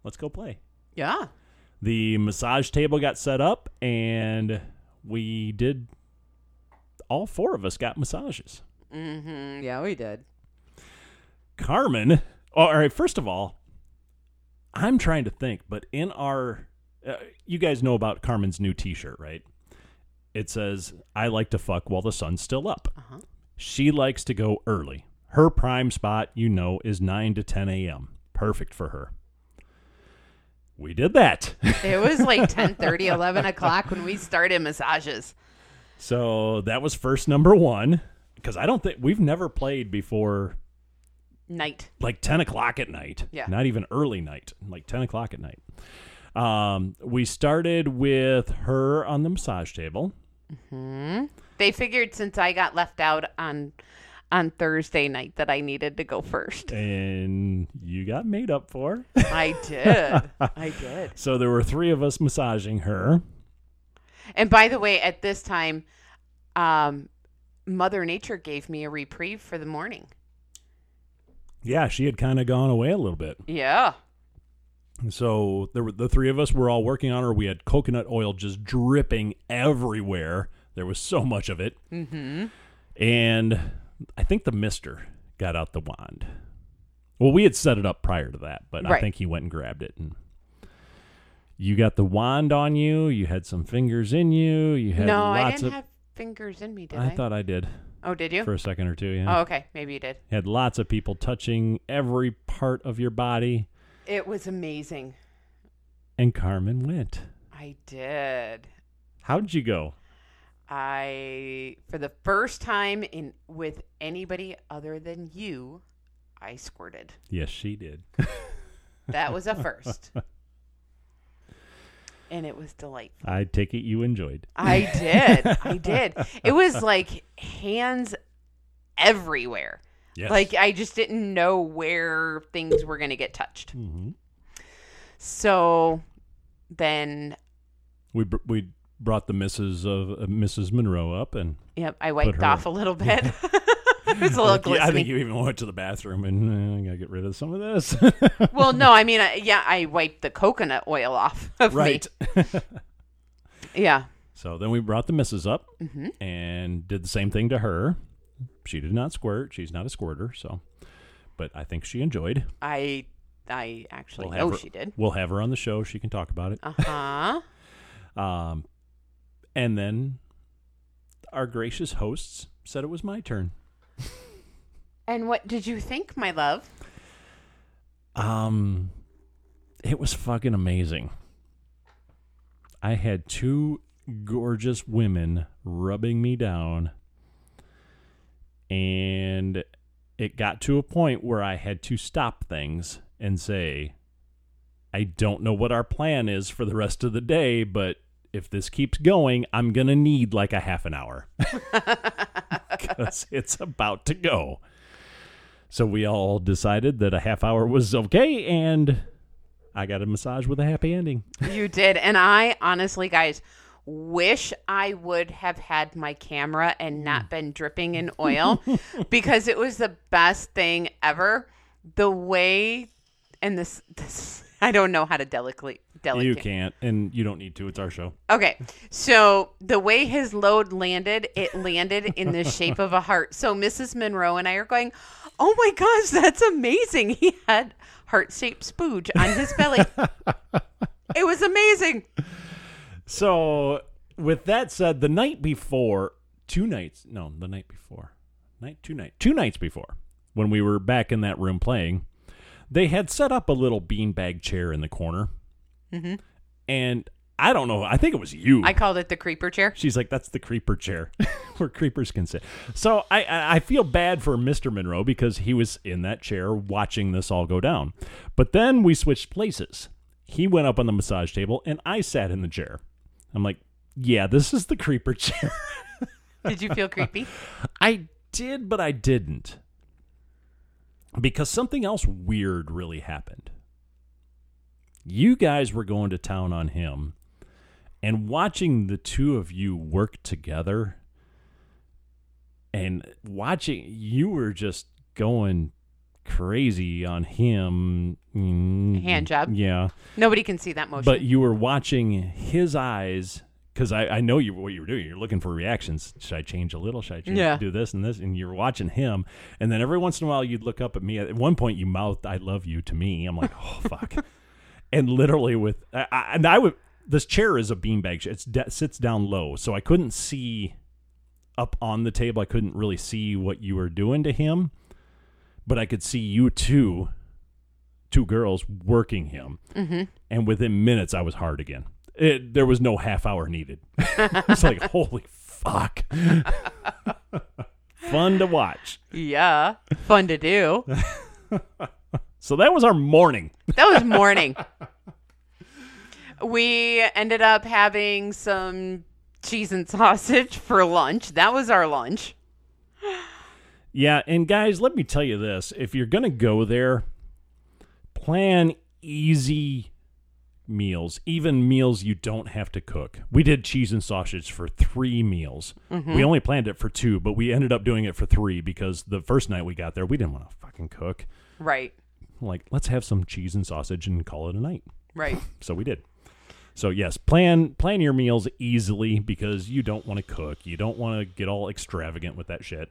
Let's go play. Yeah. the massage table got set up and we did all four of us got massages Mm-hmm. Yeah, we did. carmen oh, all right first of all i'm trying to think but in our uh, you guys know about carmen's new t-shirt right it says i like to fuck while the sun's still up Uh-huh. she likes to go early her prime spot you know is 9 to 10 a.m perfect for her we did that It was like 10, 11 o'clock when we started massages. So that was first number one because I don't think we've never played before Night. like 10 o'clock at night. Yeah. Not even early night, like 10 o'clock at night. Um, we started with her on the massage table. They figured since I got left out on on Thursday night that I needed to go first. And you got made up for. I did. I did. so there were three of us massaging her. And by the way, at this time, um, Mother Nature gave me a reprieve for the morning. Yeah, she had kind of gone away a little bit. Yeah. So there were, the three of us were all working on her. We had coconut oil just dripping everywhere. There was so much of it. Mm-hmm. And I think the mister got out the wand. Well, we had set it up prior to that, but I Right. think he went and grabbed it. And you got the wand on you. You had some fingers in you. You had No, lots I didn't of. have fingers in me, did I? I thought I did oh, did you? for a second or two. Yeah, Oh, okay. Maybe you did. had lots of people touching every part of your body, It was amazing. and Carmen went. I did. How'd you go? I for the first time in with anybody other than you, I squirted. Yes, she did. That was a first. and it was delightful. I take it you enjoyed. I did. I did. It was like hands everywhere. Yes. Like uh, I just didn't know where things were going to get touched. hmm So then we br- we brought the Mrs. of uh, Mrs. Monroe up and yep, I Put wiped her- off a little bit. it was a little glistening. I think you even went to the bathroom and uh, I gotta get rid of some of this. Well, no, I mean, I, yeah, I wiped the coconut oil off of right. me. Yeah. so then we brought the Mrs. up and did the same thing to her. She did not squirt. She's not a squirter, so. But I think she enjoyed. I I actually have know her, she did. We'll have her on the show. She can talk about it. Uh-huh. Um, and then our gracious hosts said it was my turn. and what did you think, my love? Um, it was fucking amazing. I had two gorgeous women rubbing me down, and it got to a point where I had to stop things and say, I don't know what our plan is for the rest of the day, but if this keeps going, I'm going to need like a half an hour because it's about to go. So we all decided that a half hour was okay, and I got a massage with a happy ending. You did. And I honestly, guys, wish I would have had my camera Hmm. and not been dripping in oil because it was the best thing ever. The way and this, this I don't know how to delicately delicate. You can't, and you don't need to. It's our show. Okay, so the way his load landed, it landed in the shape of a heart. So Mrs. Monroe and I are going, oh my gosh, that's amazing. He had heart shaped spooge on his belly. it was amazing. So, with that said, the night before, two nights, no, the night before, night, two night, two nights before, when we were back in that room playing, they had set up a little beanbag chair in the corner, and I don't know, I think it was you. I called it the creeper chair. She's like, that's the creeper chair where creepers can sit. So I- I, I feel bad for Mr. Monroe because he was in that chair watching this all go down. But then we switched places. He went up on the massage table and I sat in the chair. I'm like, yeah, this is the creeper chair. Did you feel creepy? I did, but I didn't. Because something else weird really happened. You guys were going to town on him, and watching the two of you work together, and watching you were just going crazy on him. Mm, Hand job. Yeah. Nobody can see that motion. But you were watching his eyes because I, I know you what you were doing. You're looking for reactions. Should I change a little? Should I change, Yeah. do this and this? And you're watching him, and then every once in a while you'd look up at me. At one point, you mouthed "I love you" to me. I'm like, oh fuck, and literally with I, I, and I would. This chair is a beanbag. chair. It's de- sits down low, so I couldn't see up on the table. I couldn't really see what you were doing to him, but I could see you two, two girls working him and within minutes I was hard again. It, there was no half hour needed. it's like holy fuck, fun to watch. yeah, fun to do. So that was our morning. That was morning. we ended up having some cheese and sausage for lunch. That was our lunch. Yeah, and guys, let me tell you this: if you're gonna go there, plan easy meals, even meals you don't have to cook. We did cheese and sausage for three meals. We only planned it for two, but we ended up doing it for three because the first night we got there, we didn't want to fucking cook. Right, like let's have some cheese and sausage and call it a night right. so we did so yes plan plan your meals easily because you don't want to cook you don't want to get all extravagant with that shit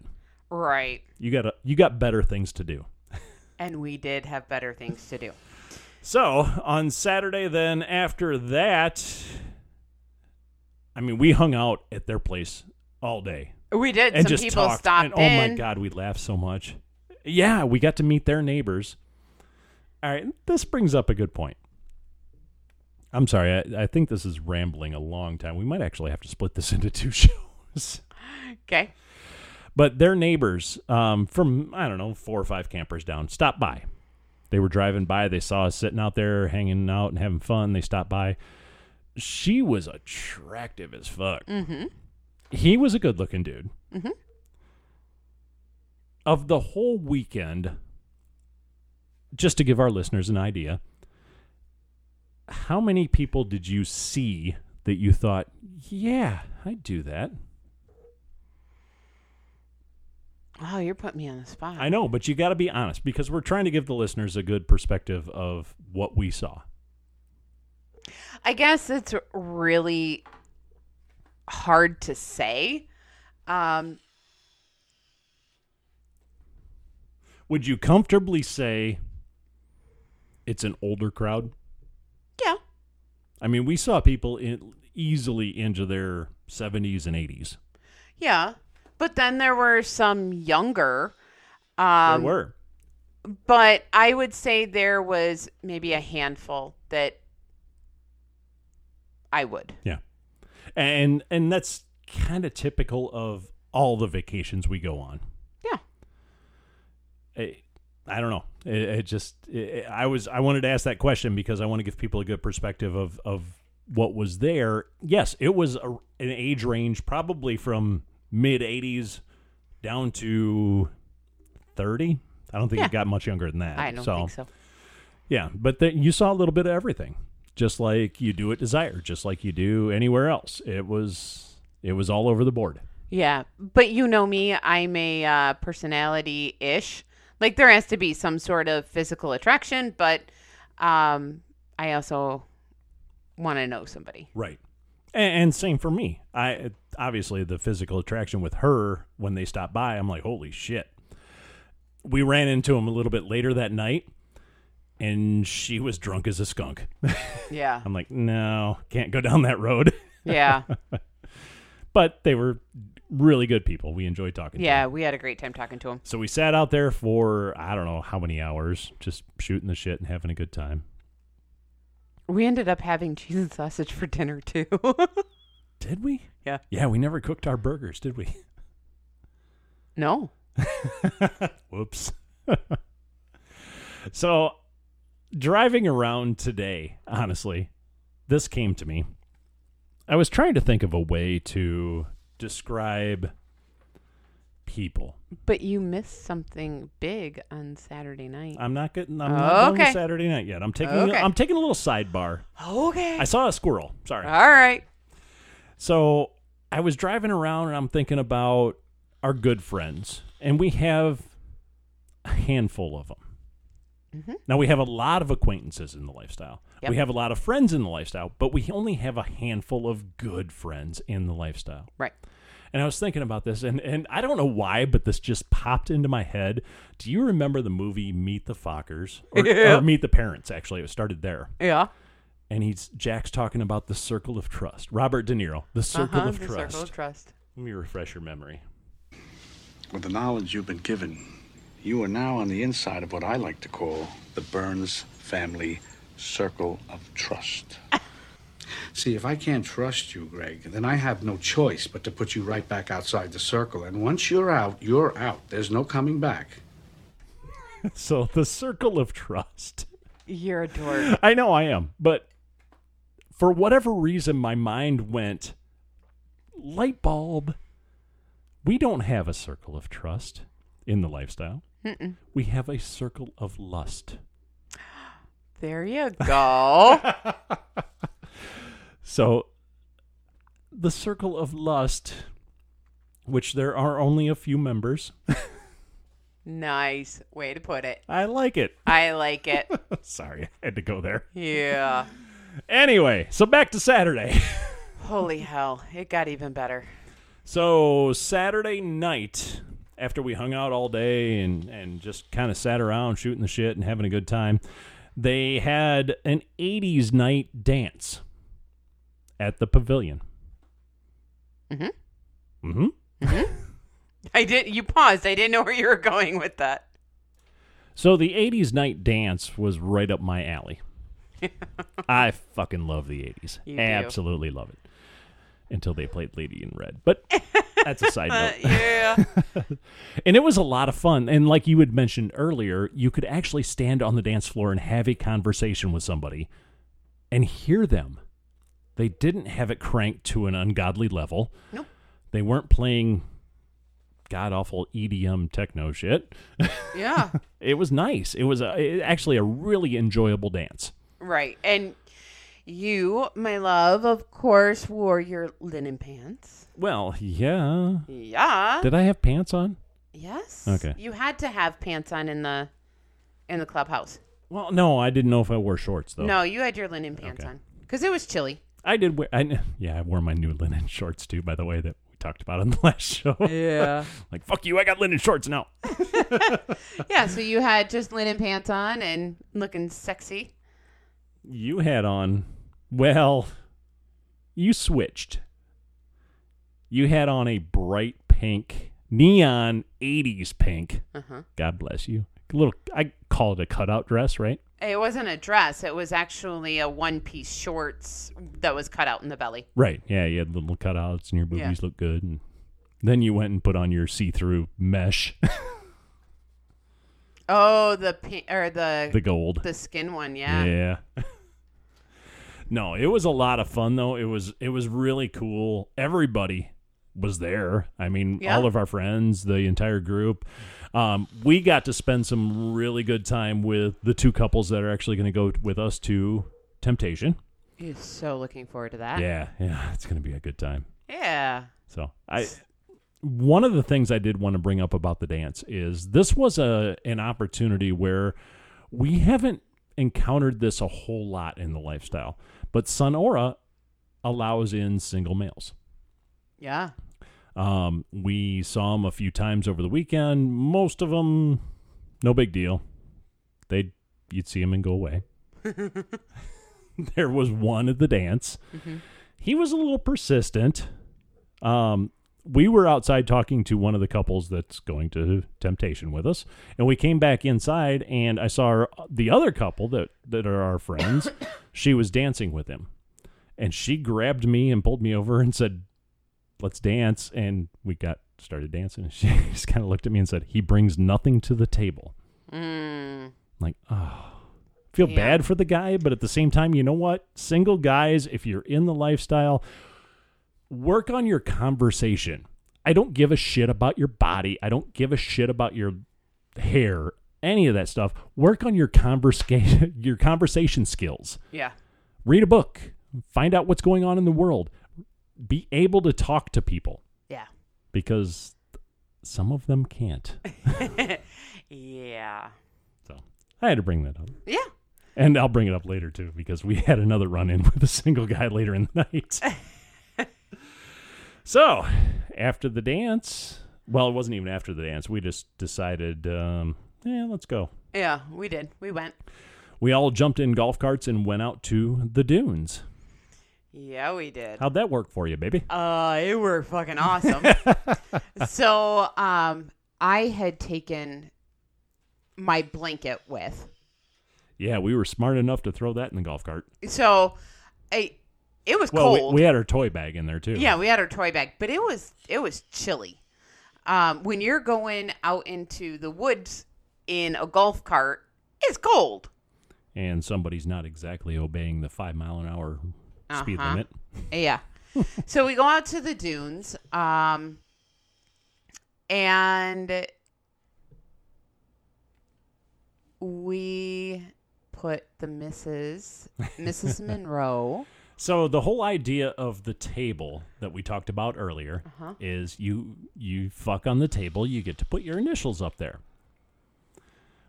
Right. you got you got better things to do And we did have better things to do. so on saturday then after that i mean we hung out at their place all day We did. and Some just people talked stopped and, in. oh my god we laughed so much yeah we got to meet their neighbors all right this brings up a good point i'm sorry i, I think this is rambling a long time we might actually have to split this into two shows Okay. but their neighbors um, from i don't know four or five campers down stopped by they were driving by they saw us sitting out there hanging out and having fun they stopped by she was attractive as fuck mm-hmm. he was a good looking dude mm-hmm. of the whole weekend just to give our listeners an idea how many people did you see that you thought yeah i'd do that Oh, you're putting me on the spot. I know, but you got to be honest because we're trying to give the listeners a good perspective of what we saw. I guess it's really hard to say. Um, Would you comfortably say it's an older crowd? yeah. I mean, we saw people in, easily into their 70s and 80s. Yeah. But then there were some younger. There Um, were. but I would say there was maybe a handful that I would. Yeah. And and that's kind of typical of all the vacations we go on. Yeah. I, I don't know. It, it just it, I was I wanted to ask that question because I want to give people a good perspective of of what was there. Yes, it was a, an age range probably from mid 80s down to 30. I don't think Yeah. it got much younger than that. I don't so, think so. Yeah, but then you saw a little bit of everything, just like you do at Desire, just like you do anywhere else. It was it was all over the board. Yeah. But you know me, I'm a uh, personality ish. Like there has to be some sort of physical attraction, but Um, I also want to know somebody. Right. And, and same for me. I obviously the physical attraction with her when they stopped by, I'm like, holy shit. We ran into him a little bit later that night, and she was drunk as a skunk. Yeah. I'm like, no, can't go down that road. Yeah. But they were really good people. We enjoyed talking. to Yeah. them. We had a great time talking to him. So we sat out there for I don't know how many hours, just shooting the shit and having a good time. We ended up having cheese and sausage for dinner too. Did we? Yeah. Yeah, we never cooked our burgers, did we? no. Whoops. so, driving around today, honestly, this came to me. I was trying to think of a way to describe people. But you missed something big on Saturday night. I'm not getting. I'm not done with Okay. Saturday night yet. I'm taking. Okay. I'm taking a little sidebar. okay. I saw a squirrel. Sorry. All right. So I was driving around and I'm thinking about our good friends, and we have a handful of them. Now we have a lot of acquaintances in the lifestyle. Mm-hmm. Yep. We have a lot of friends in the lifestyle, but we only have a handful of good friends in the lifestyle. Right. And I was thinking about this, and, and I don't know why, but this just popped into my head. Do you remember the movie Meet the Fockers? Or, Yeah. or Meet the Parents, actually. It started there Yeah. and he's Jack's talking about the circle of trust. Robert De Niro, the circle uh-huh, of the trust. Circle of trust. Let me refresh your memory. With the knowledge you've been given, you are now on the inside of what I like to call the Burns family circle of trust. See, if I can't trust you, Greg, then I have no choice but to put you right back outside the circle. And once you're out, you're out. There's no coming back. So the circle of trust. You're a dork. I know I am, but for whatever reason, my mind went light bulb. We don't have a circle of trust in the lifestyle. We have a circle of lust. there you go. So the circle of lust, which there are only a few members. nice way to put it. I like it. I like it. Sorry, I had to go there. Yeah. Anyway, so back to Saturday. Holy hell. It got even better. So Saturday night, after we hung out all day and and just kind of sat around shooting the shit and having a good time, they had an '80s night dance at the pavilion. Mhm. Mm-hmm. I did you paused. I didn't know where you were going with that. So the '80s night dance was right up my alley. I fucking love the '80s. You do. Absolutely love it. Until they played Lady in Red, but that's a side Uh, note. yeah. And it was a lot of fun. And like you had mentioned earlier, you could actually stand on the dance floor and have a conversation with somebody and hear them. They didn't have it cranked to an ungodly level. Nope. They weren't playing god awful EDM techno shit. yeah. It was nice. It was a, it- actually a really enjoyable dance. Right. And you, my love, of course, wore your linen pants. Well, yeah. Yeah. Did I have pants on? yes. Okay. You had to have pants on in the in the clubhouse. Well, no, I didn't know if I wore shorts though. No, you had your linen pants Oh. Okay. on because it was chilly. I did wear. I, yeah, I wore my new linen shorts too. By the way, that we talked about on the last show. Yeah. Like, fuck you, I got linen shorts now. yeah. So you had just linen pants on and looking sexy. You had on, well, you switched. You had on a bright pink, neon 80s pink. Uh huh. God bless you. A little, I call it a cutout dress, right? It wasn't a dress. It was actually a one piece shorts that was cut out in the belly. Right. Yeah, you had little cutouts and your Yeah. boobies looked good. And then you went and put on your see through mesh, Oh, the pink or the the the, gold. skin one. Yeah. Yeah. no, it was a lot of fun though. It was it was really cool. Everybody was there. I mean, Yeah. all of our friends, the entire group. Um, we got to spend some really good time with the two couples that are actually going to go with us to Temptation. He's so looking forward to that. Yeah, yeah, it's going to be a good time. Yeah. So I, one of the things I did want to bring up about the dance is this was a an opportunity where we haven't encountered this a whole lot in the lifestyle, but Sonora allows in single males. Yeah. Um, we saw them a few times over the weekend. Most of them, no big deal. They, you'd see them and go away. there was one at the dance. He was a little persistent. Um, we were outside talking to one of the couples that's going to Temptation with us, and we came back inside, and I saw our, the other couple that that are our friends. she was dancing with him, and she grabbed me and pulled me over and said, let's dance and we got started dancing and she just kind of looked at me and said he brings nothing to the table Mm. like oh feel Yeah. bad for the guy but at the same time you know what single guys if you're in the lifestyle work on your conversation i don't give a shit about your body i don't give a shit about your hair any of that stuff work on your conversation your conversation skills Yeah. read a book find out what's going on in the world be able to talk to people Yeah. because some of them can't. Yeah. So I had to bring that up. Yeah. And I'll bring it up later too because we had another run in with a single guy later in the night. so after the dance, well, it wasn't even after the dance. We just decided, um, yeah, let's go. Yeah. We did. We went. We all jumped in golf carts and went out to the dunes. Yeah, we did. How'd that work for you, baby? Uh, it were fucking awesome. so, um, I had taken my blanket with. Yeah, we were smart enough to throw that in the golf cart. So, I it was Well, cold. we, we had our toy bag in there too. yeah, we had our toy bag, but it was it was chilly. Um, when you're going out into the woods in a golf cart, it's cold. and somebody's not exactly obeying the five mile an hour speed Uh-huh. limit. Yeah. so we go out to the dunes, um, and we put the Mrs. Mrs. Monroe. So the whole idea of the table that we talked about earlier is you you fuck on the table, you get to put your initials up there.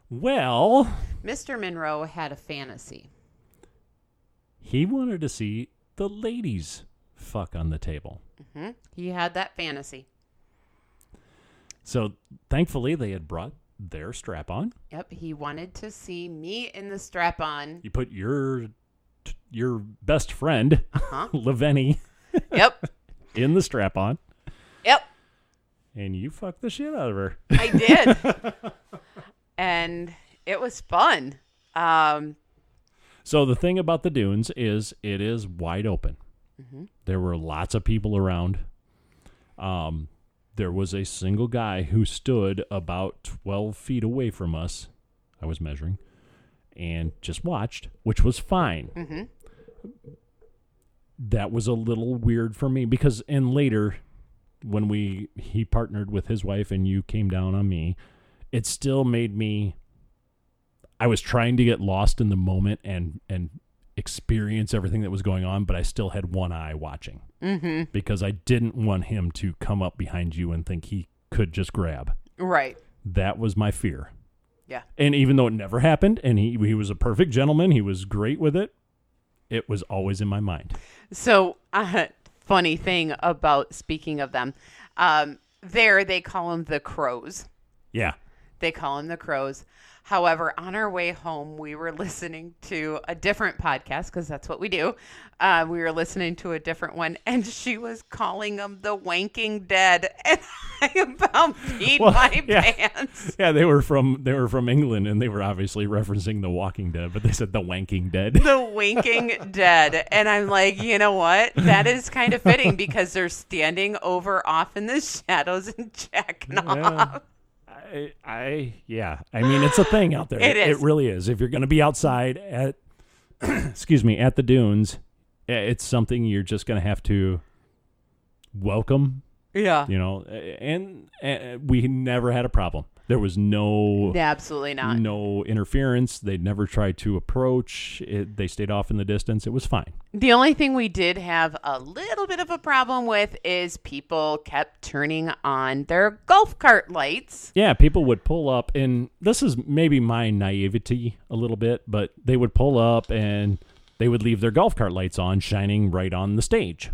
Well, Mr. Monroe had a fantasy. he wanted to see the ladies fuck on the table. Hmm? He had that fantasy. So thankfully they had brought their strap on. Yep, he wanted to see me in the strap on. You put your t- your best friend, Uh-huh. Laveni, Yep. in the strap on Yep. and you fuck the shit out of her. I did. and it was fun. Um, So the thing about the dunes is it is wide open. There were lots of people around. Um, there was a single guy who stood about 12 feet away from us. I was measuring and just watched, which was fine. mhm. That was a little weird for me because, and later when we, he partnered with his wife and you came down on me, it still made me I was trying to get lost in the moment and and experience everything that was going on, but I still had one eye watching Mhm. because I didn't want him to come up behind you and think he could just grab. Right. That was my fear. Yeah. And even though it never happened and he he was a perfect gentleman, he was great with it. It was always in my mind. So, uh, funny thing about speaking of them, um, there they call them the crows. Yeah. They call them the crows. However, on our way home, we were listening to a different podcast because that's what we do. Uh, we were listening to a different one, and she was calling them the wanking dead, and I about peed Well, my yeah. pants. Yeah, they were from they were from England and they were obviously referencing The Walking Dead, but they said The Wanking Dead. The winking dead. And I'm like, you know what? That is kind of fitting because they're standing over off in the shadows and jacking off. Yeah. I, I, yeah. I mean, it's a thing out there. It is. It really is. If you're going to be outside at, excuse me, at the dunes, i- it's something you're just going to have to welcome. Yeah. You know, a- and, and we never had a problem. There was no Yeah, absolutely not. no interference. They never tried to approach. It, they stayed off in the distance. It was fine. The only thing we did have a little bit of a problem with is people kept turning on their golf cart lights. Yeah, people would pull up, and this is maybe my naivety a little bit, but they would pull up and they would leave their golf cart lights on, shining right on the stage.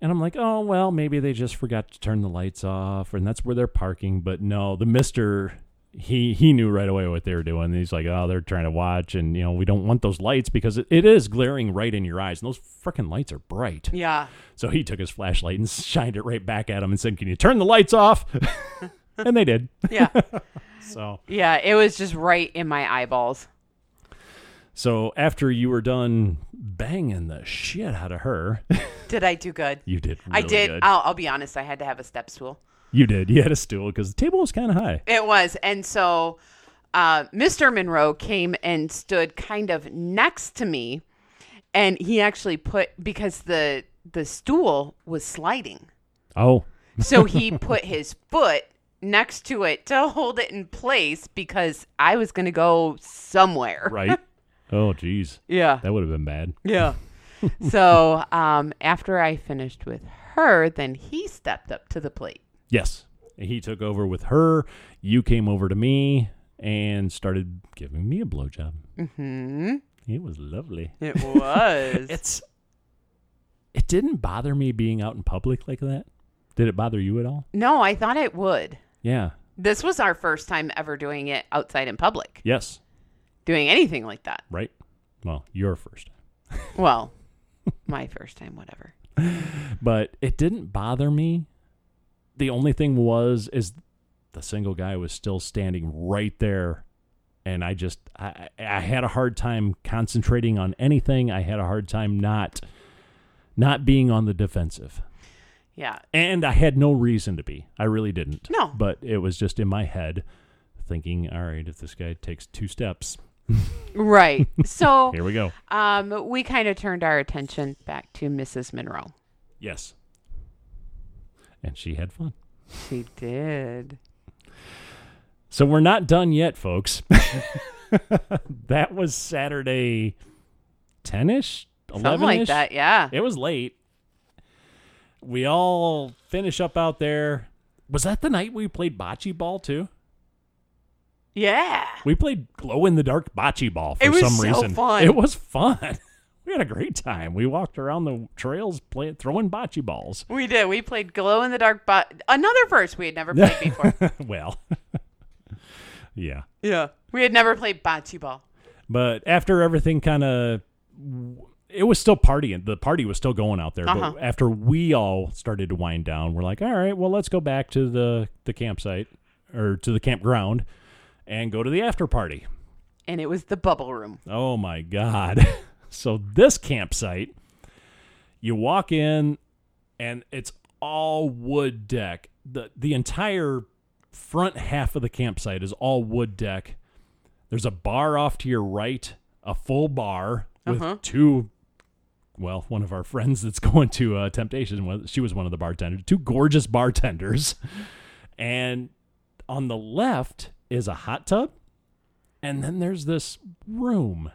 And I'm like, oh, well, maybe they just forgot to turn the lights off, and that's where they're parking. But no, the mister. He, he knew right away what they were doing. He's like, oh, they're trying to watch, and you know we don't want those lights because it, it is glaring right in your eyes, and those freaking lights are bright. Yeah. So he took his flashlight and shined it right back at him and said, "Can you turn the lights off?" and they did. Yeah. So, yeah. It was just right in my eyeballs. so after you were done banging the shit out of her, Did I do good? you did. I really did. good. I'll, I'll be honest. I had to have a step stool. you did. You had a stool because the table was kind of high. It was. And so uh, Mr. Monroe came and stood kind of next to me. And he actually put, because the the stool was sliding. Oh, So he put his foot next to it to hold it in place because I was going to go somewhere. right. oh, jeez, Yeah. that would have been bad. Yeah. so um, after I finished with her, then he stepped up to the plate. Yes, he took over with her. You came over to me and started giving me a blowjob. Mm-hmm. It was lovely. It was. It's. It didn't bother me being out in public like that. Did it bother you at all? no, I thought it would. Yeah. This was our first time ever doing it outside in public, Yes. doing anything like that. Right. Well, you're first. Well, my first time, whatever. But it didn't bother me. The only thing was is the single guy was still standing right there and I just I, I I had a hard time concentrating on anything. I had a hard time not not being on the defensive. Yeah. And I had no reason to be. I really didn't. No. But it was just in my head thinking, all right, if this guy takes two steps, Right. So here we go. um, we kind of turned our attention back to Mrs. Monroe. Yes. And she had fun. She did. So we're not done yet, folks. that was Saturday 10 ish, 11 Something like that. Yeah. It was late. We all finish up out there. Was that the night we played bocce ball too? Yeah. We played glow in the dark bocce ball for It was some so reason. fun. It was fun. We had a great time. We walked around the trails playing throwing bocce balls. We did. We played glow in the dark, but another verse we had never played before. well, yeah. yeah. We had never played bocce ball. But after everything kind of, it was still partying. The party was still going out there. Uh-huh. But after we all started to wind down, we're like, all right, well, let's go back to the the campsite or to the campground and go to the after party. And it was the bubble room. Oh my god! so this campsite, you walk in, and it's all wood deck. the The entire front half of the campsite is all wood deck. There's a bar off to your right, a full bar with two. Well, one of our friends that's going to uh, Temptation, one- she was one of the bartenders. Two gorgeous bartenders, and on the left is a hot tub. And then there's this room,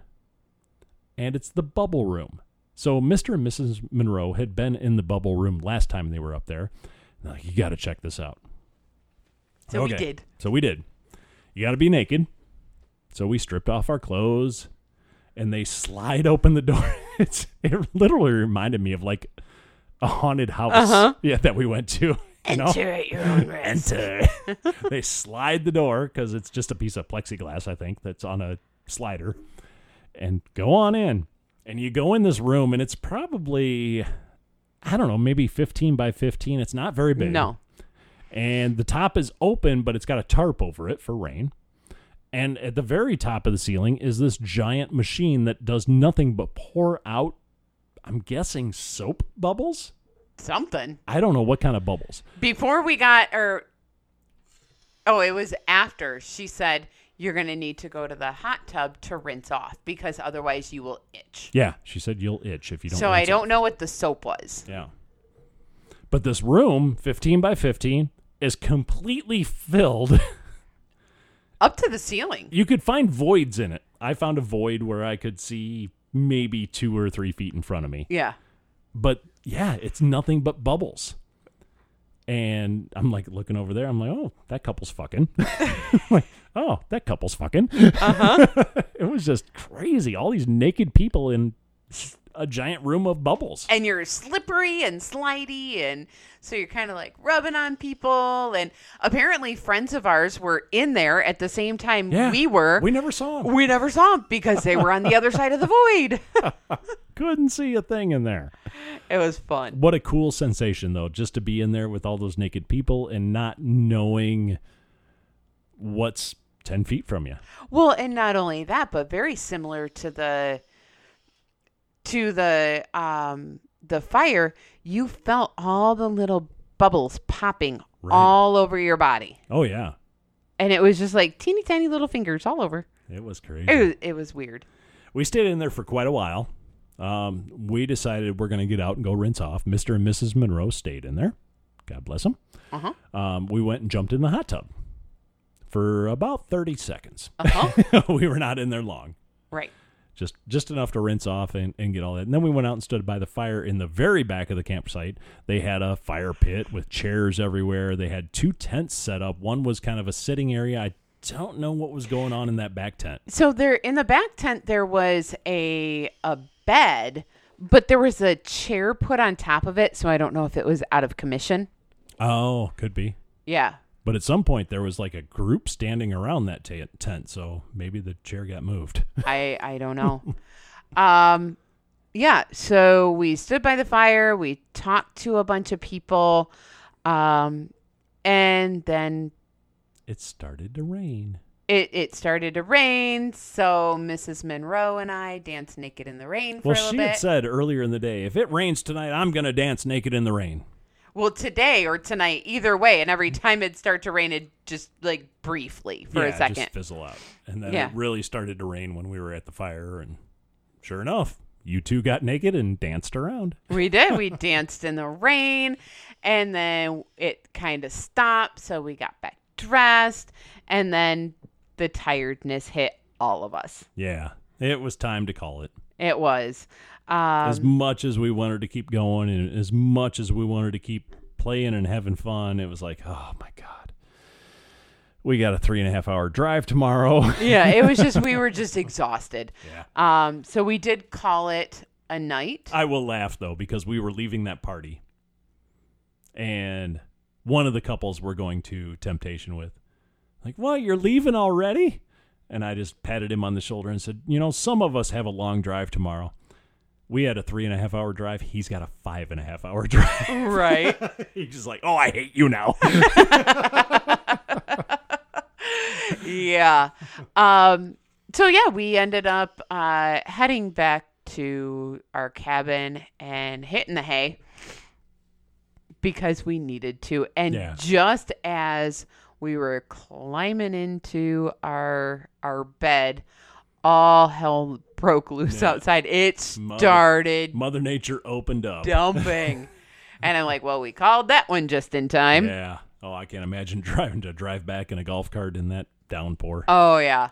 and it's the bubble room. So Mr. and Mrs. Monroe had been in the bubble room last time they were up there. They're like, you got to check this out. So we did. So we did. You got to be naked. So we stripped off our clothes, and they slide open the door. it's it literally reminded me of like a haunted house. Uh-huh. Yeah, that we went to. you know? at your own risk. enter. they slide the door because it's just a piece of plexiglass, I think, that's on a slider, and go on in. And you go in this room, and it's probably, I don't know, maybe 15 by 15. It's not very big. No. And the top is open, but it's got a tarp over it for rain. And at the very top of the ceiling is this giant machine that does nothing but pour out, I'm guessing, soap bubbles? Something. I don't know what kind of bubbles. Before we got or Oh, it was after she said you're going to need to go to the hot tub to rinse off because otherwise you will itch. Yeah, she said you'll itch if you don't so I rinse off." don't know what the soap was. Yeah. But this room, 15 by 15, is completely filled up to the ceiling. You could find voids in it. I found a void where I could see maybe two or three feet in front of me. Yeah. But yeah, it's nothing but bubbles. And I'm like looking over there. I'm like, oh, that couple's fucking. like, oh, that couple's fucking. Uh Uh-huh. huh. it was just crazy. All these naked people in a giant room of bubbles. And you're slippery and slidey. And so you're kind of like rubbing on people. And apparently, friends of ours were in there at the same time Yeah, we were. We never saw them. We never saw them because they were on the other side of the void. Couldn't see a thing in there. It was fun. What a cool sensation, though, just to be in there with all those naked people and not knowing what's 10 feet from you. Well, and not only that, but very similar to the to the um the fire, you felt all the little bubbles popping Right. all over your body. Oh, yeah. And it was just like teeny tiny little fingers all over. It was crazy. It was, it was weird. We stayed in there for quite a while. Um, we decided we're going to get out and go rinse off. Mr. and Mrs. Monroe stayed in there. God bless them. Uh-huh. Um, we went and jumped in the hot tub for about 30 seconds. Uh-huh. we were not in there long. right. just just enough to rinse off and, and get all that. And then we went out and stood by the fire in the very back of the campsite. They had a fire pit with chairs everywhere. They had two tents set up. One was kind of a sitting area. I don't know what was going on in that back tent. So there in the back tent there was a a bed, but there was a chair put on top of it, so I don't know if it was out of commission. Oh, could be. Yeah. But at some point there was like a group standing around that ta tent, so maybe the chair got moved. I I don't know. um yeah, so we stood by the fire, we talked to a bunch of people um and then it started to rain. it, it started to rain, so Mrs. Monroe and I danced naked in the rain for Well, a little she bit. had said earlier in the day, if it rains tonight, I'm going to dance naked in the rain. well, today or tonight, either way, and every time it'd start to rain, it just like briefly for Yeah, a just second. fizzle out. And then Yeah. it really started to rain when we were at the fire. And sure enough, you two got naked and danced around. We did. We danced in the rain and then it kind of stopped. So we got back dressed and then the tiredness hit all of us. Yeah, it was time to call it. It was. Um, As much as we wanted to keep going and as much as we wanted to keep playing and having fun, it was like, oh my God. We got a three and a half hour drive tomorrow. yeah, it was just, we were just exhausted. Yeah. Um, so we did call it a night. I will laugh though because we were leaving that party, and one of the couples we're going to Temptation with, like, "What? You're leaving already?" And I just patted him on the shoulder and said, "You know, some of us have a long drive tomorrow. We had a three and a half hour drive. He's got a five and a half hour drive. right. He's just like, oh, I hate you now. yeah. Um, so yeah, we ended up uh, heading back to our cabin and hitting the hay because we needed to. And Yeah. just as we were climbing into our our bed, all hell broke loose outside. It Mother- started Mother Nature opened up. dumping. and I'm like, well, we called that one just in time. Yeah. Oh, I can't imagine driving to drive back in a golf cart in that downpour. Oh yeah.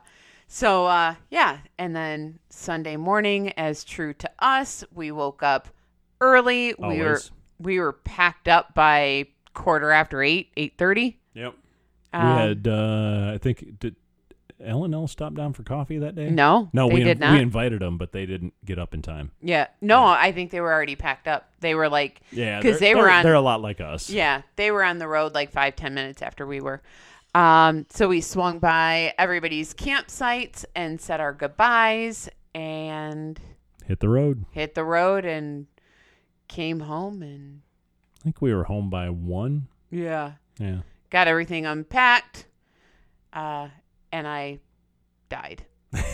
So uh yeah, and then Sunday morning as true to us, we woke up early. We were Always. we were packed up by quarter after 8, 8:30. yep. We Um, had, uh, I think, did L and L stop down for coffee that day? No, no, they we did not. we invited them, but they didn't get up in time. yeah. No, I think they were already packed up. They were like Yeah, cuz they're- they were they're- on They're a lot like us. Yeah, they were on the road like five, ten minutes after we were. Um, so we swung by everybody's campsites and said our goodbyes and hit the road. hit the road and came home and I think we were home by one. yeah, Yeah, got everything unpacked. Uh, and I died.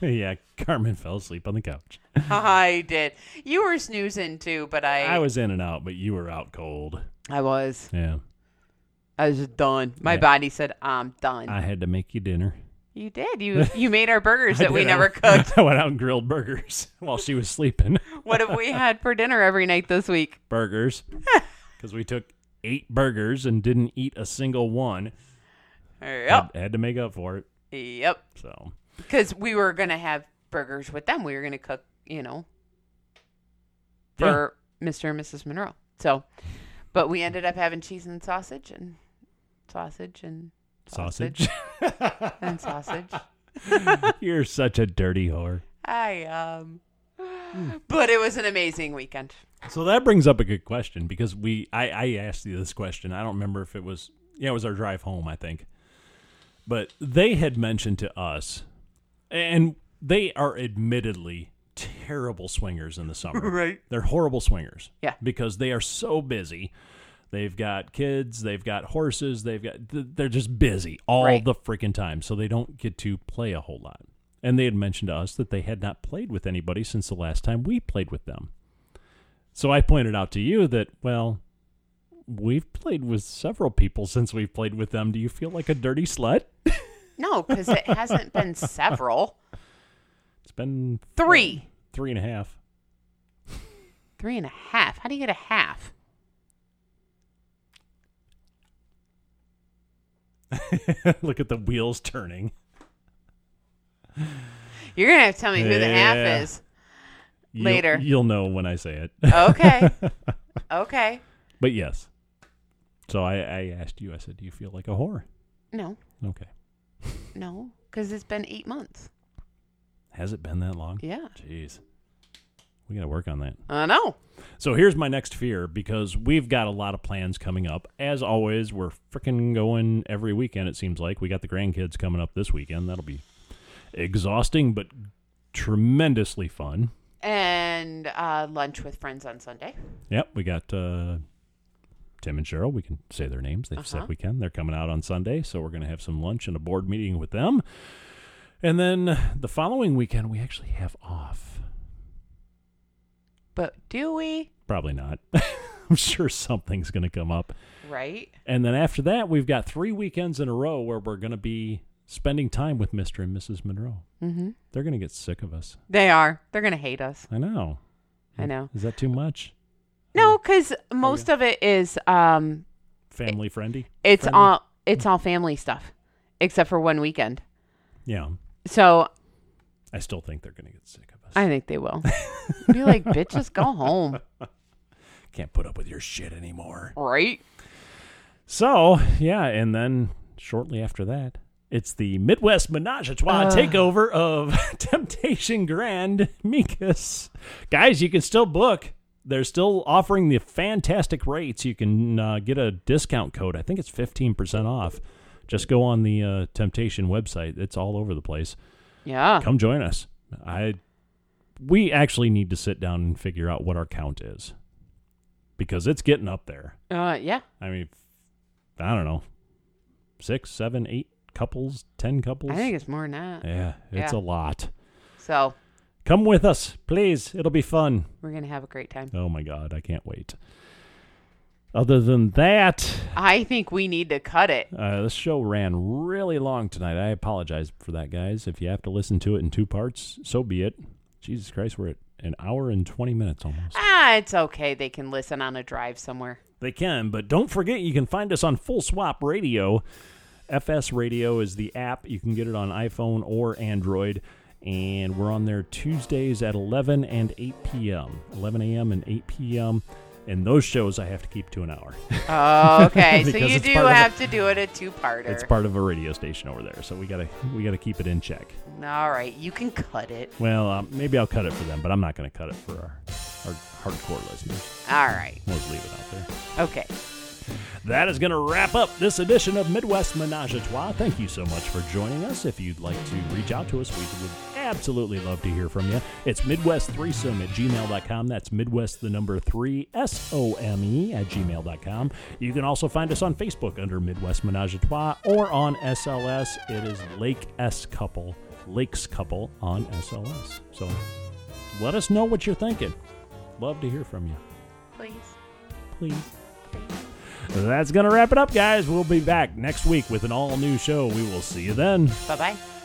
yeah. Carmen fell asleep on the couch. I did. You were snoozing too, but I I was in and out, but you were out cold. I was Yeah, I was just done. My Yeah. body said I'm done. I had to make you dinner. you did. You you made our burgers I that we did. never I- cooked. I went out and grilled burgers while she was sleeping. what have we had for dinner every night this week? burgers, because we took eight burgers and didn't eat a single one. Yep. Had, had to make up for it. Yep. So Because we were going to have burgers with them. We were going to cook, you know, Yeah. for Mr. and Mrs. Monroe. So, but we ended up having cheese and sausage and sausage and sausage. and sausage. You're such a dirty whore. I um, Hmm. but it was an amazing weekend. So that brings up a good question because we I, I asked you this question. I don't remember if it was yeah, it was our drive home, I think. But they had mentioned to us and they are admittedly terrible swingers in the summer. Right. They're horrible swingers. Yeah. Because they are so busy. They've got kids, they've got horses, they've got th- they're just busy all Right. the freaking time. So they don't get to play a whole lot. And they had mentioned to us that they had not played with anybody since the last time we played with them. So I pointed out to you that, well, we've played with several people since we've played with them. Do you feel like a dirty slut? No, because it hasn't been several. It's been Three. three and a half. Three and a half. How do you get a half? Look at the wheels turning. You're gonna have to tell me who the Yeah. half is. You'll- Later. You'll know when I say it. Okay. okay. But yes. So I, I asked you, I said, Do you feel like a whore? No, Okay. no, because it's been eight months. Has it been that long? Yeah. Jeez. We got to work on that. I know. So here's my next fear because we've got a lot of plans coming up. As always, we're freaking going every weekend, it seems like. We got the grandkids coming up this weekend. That'll be exhausting, but tremendously fun. And uh, lunch with friends on Sunday. Yep, we got uh, Tim and Cheryl. We can say their names. They've Uh-huh. said we can. They're coming out on Sunday, so we're going to have some lunch and a board meeting with them. And then the following weekend, we actually have off. But do we? Probably not. I'm sure something's going to come up. Right? And then after that, we've got three weekends in a row where we're going to be spending time with Mr. and Mrs. Monroe. Mm-hmm. They're going to get sick of us. They are. They're gonna hate us. I know. I know. Is that too much? No, because most of it is um, Family friendly? it's Friendly? all it's all family stuff, except for one weekend. Yeah. So I still think they're going to get sick of us. I think they will. Be like, bitch, just go home, Can't put up with your shit anymore. right? So, yeah. And then shortly after that, it's the Midwest Menage a Trois takeover of Temptation Grand Micus. Guys, you can still book. They're still offering the fantastic rates. You can uh, get a discount code. I think it's 15% off. Just go on the uh, Temptation website, it's all over the place. Yeah. Come join us. I. We actually need to sit down and figure out what our count is because it's getting up there. Uh, yeah. I mean, I don't know, six, seven, eight couples, ten couples. I think it's more than that. yeah, it's yeah. a lot. So Come with us, please. It'll be fun. we're gonna have a great time. Oh my god, I can't wait. Other than that, I think we need to cut it. uh, this show ran really long tonight. I apologize for that, guys. If you have to listen to it in two parts, so be it. Jesus Christ, we're at an hour and twenty minutes almost. Ah, it's okay. They can listen on a drive somewhere. They can, but don't forget you can find us on Full Swap Radio. FS Radio is the app. You can get it on iPhone or Android. And we're on there Tuesdays at 11 and 8 p.m. 11 a.m. and 8 p.m. And those shows I have to keep to an hour. Oh, okay. so Because you it's do part of a- have to do it a two-parter. it's part of a radio station over there, so we gotta we gotta keep it in check. All right, you can cut it. Well, um, maybe I'll cut it for them, but I'm not gonna cut it for our, our hardcore listeners. All right. We'll just leave it out there. Okay. That is going to wrap up this edition of Midwest Menage a Trois. Thank you so much for joining us. If you'd like to reach out to us, we would absolutely love to hear from you. It's midwest3some at gmail.com. That's midwest, the number three, S O M E, at gmail.com. You can also find us on Facebook under Midwest Menage a Trois or on SLS. It is Lake S Couple, Lakes Couple on SLS. So let us know what you're thinking. Love to hear from you Please. please. That's going to wrap it up, guys. We'll be back next week with an all new show. We will see you then. Bye-bye.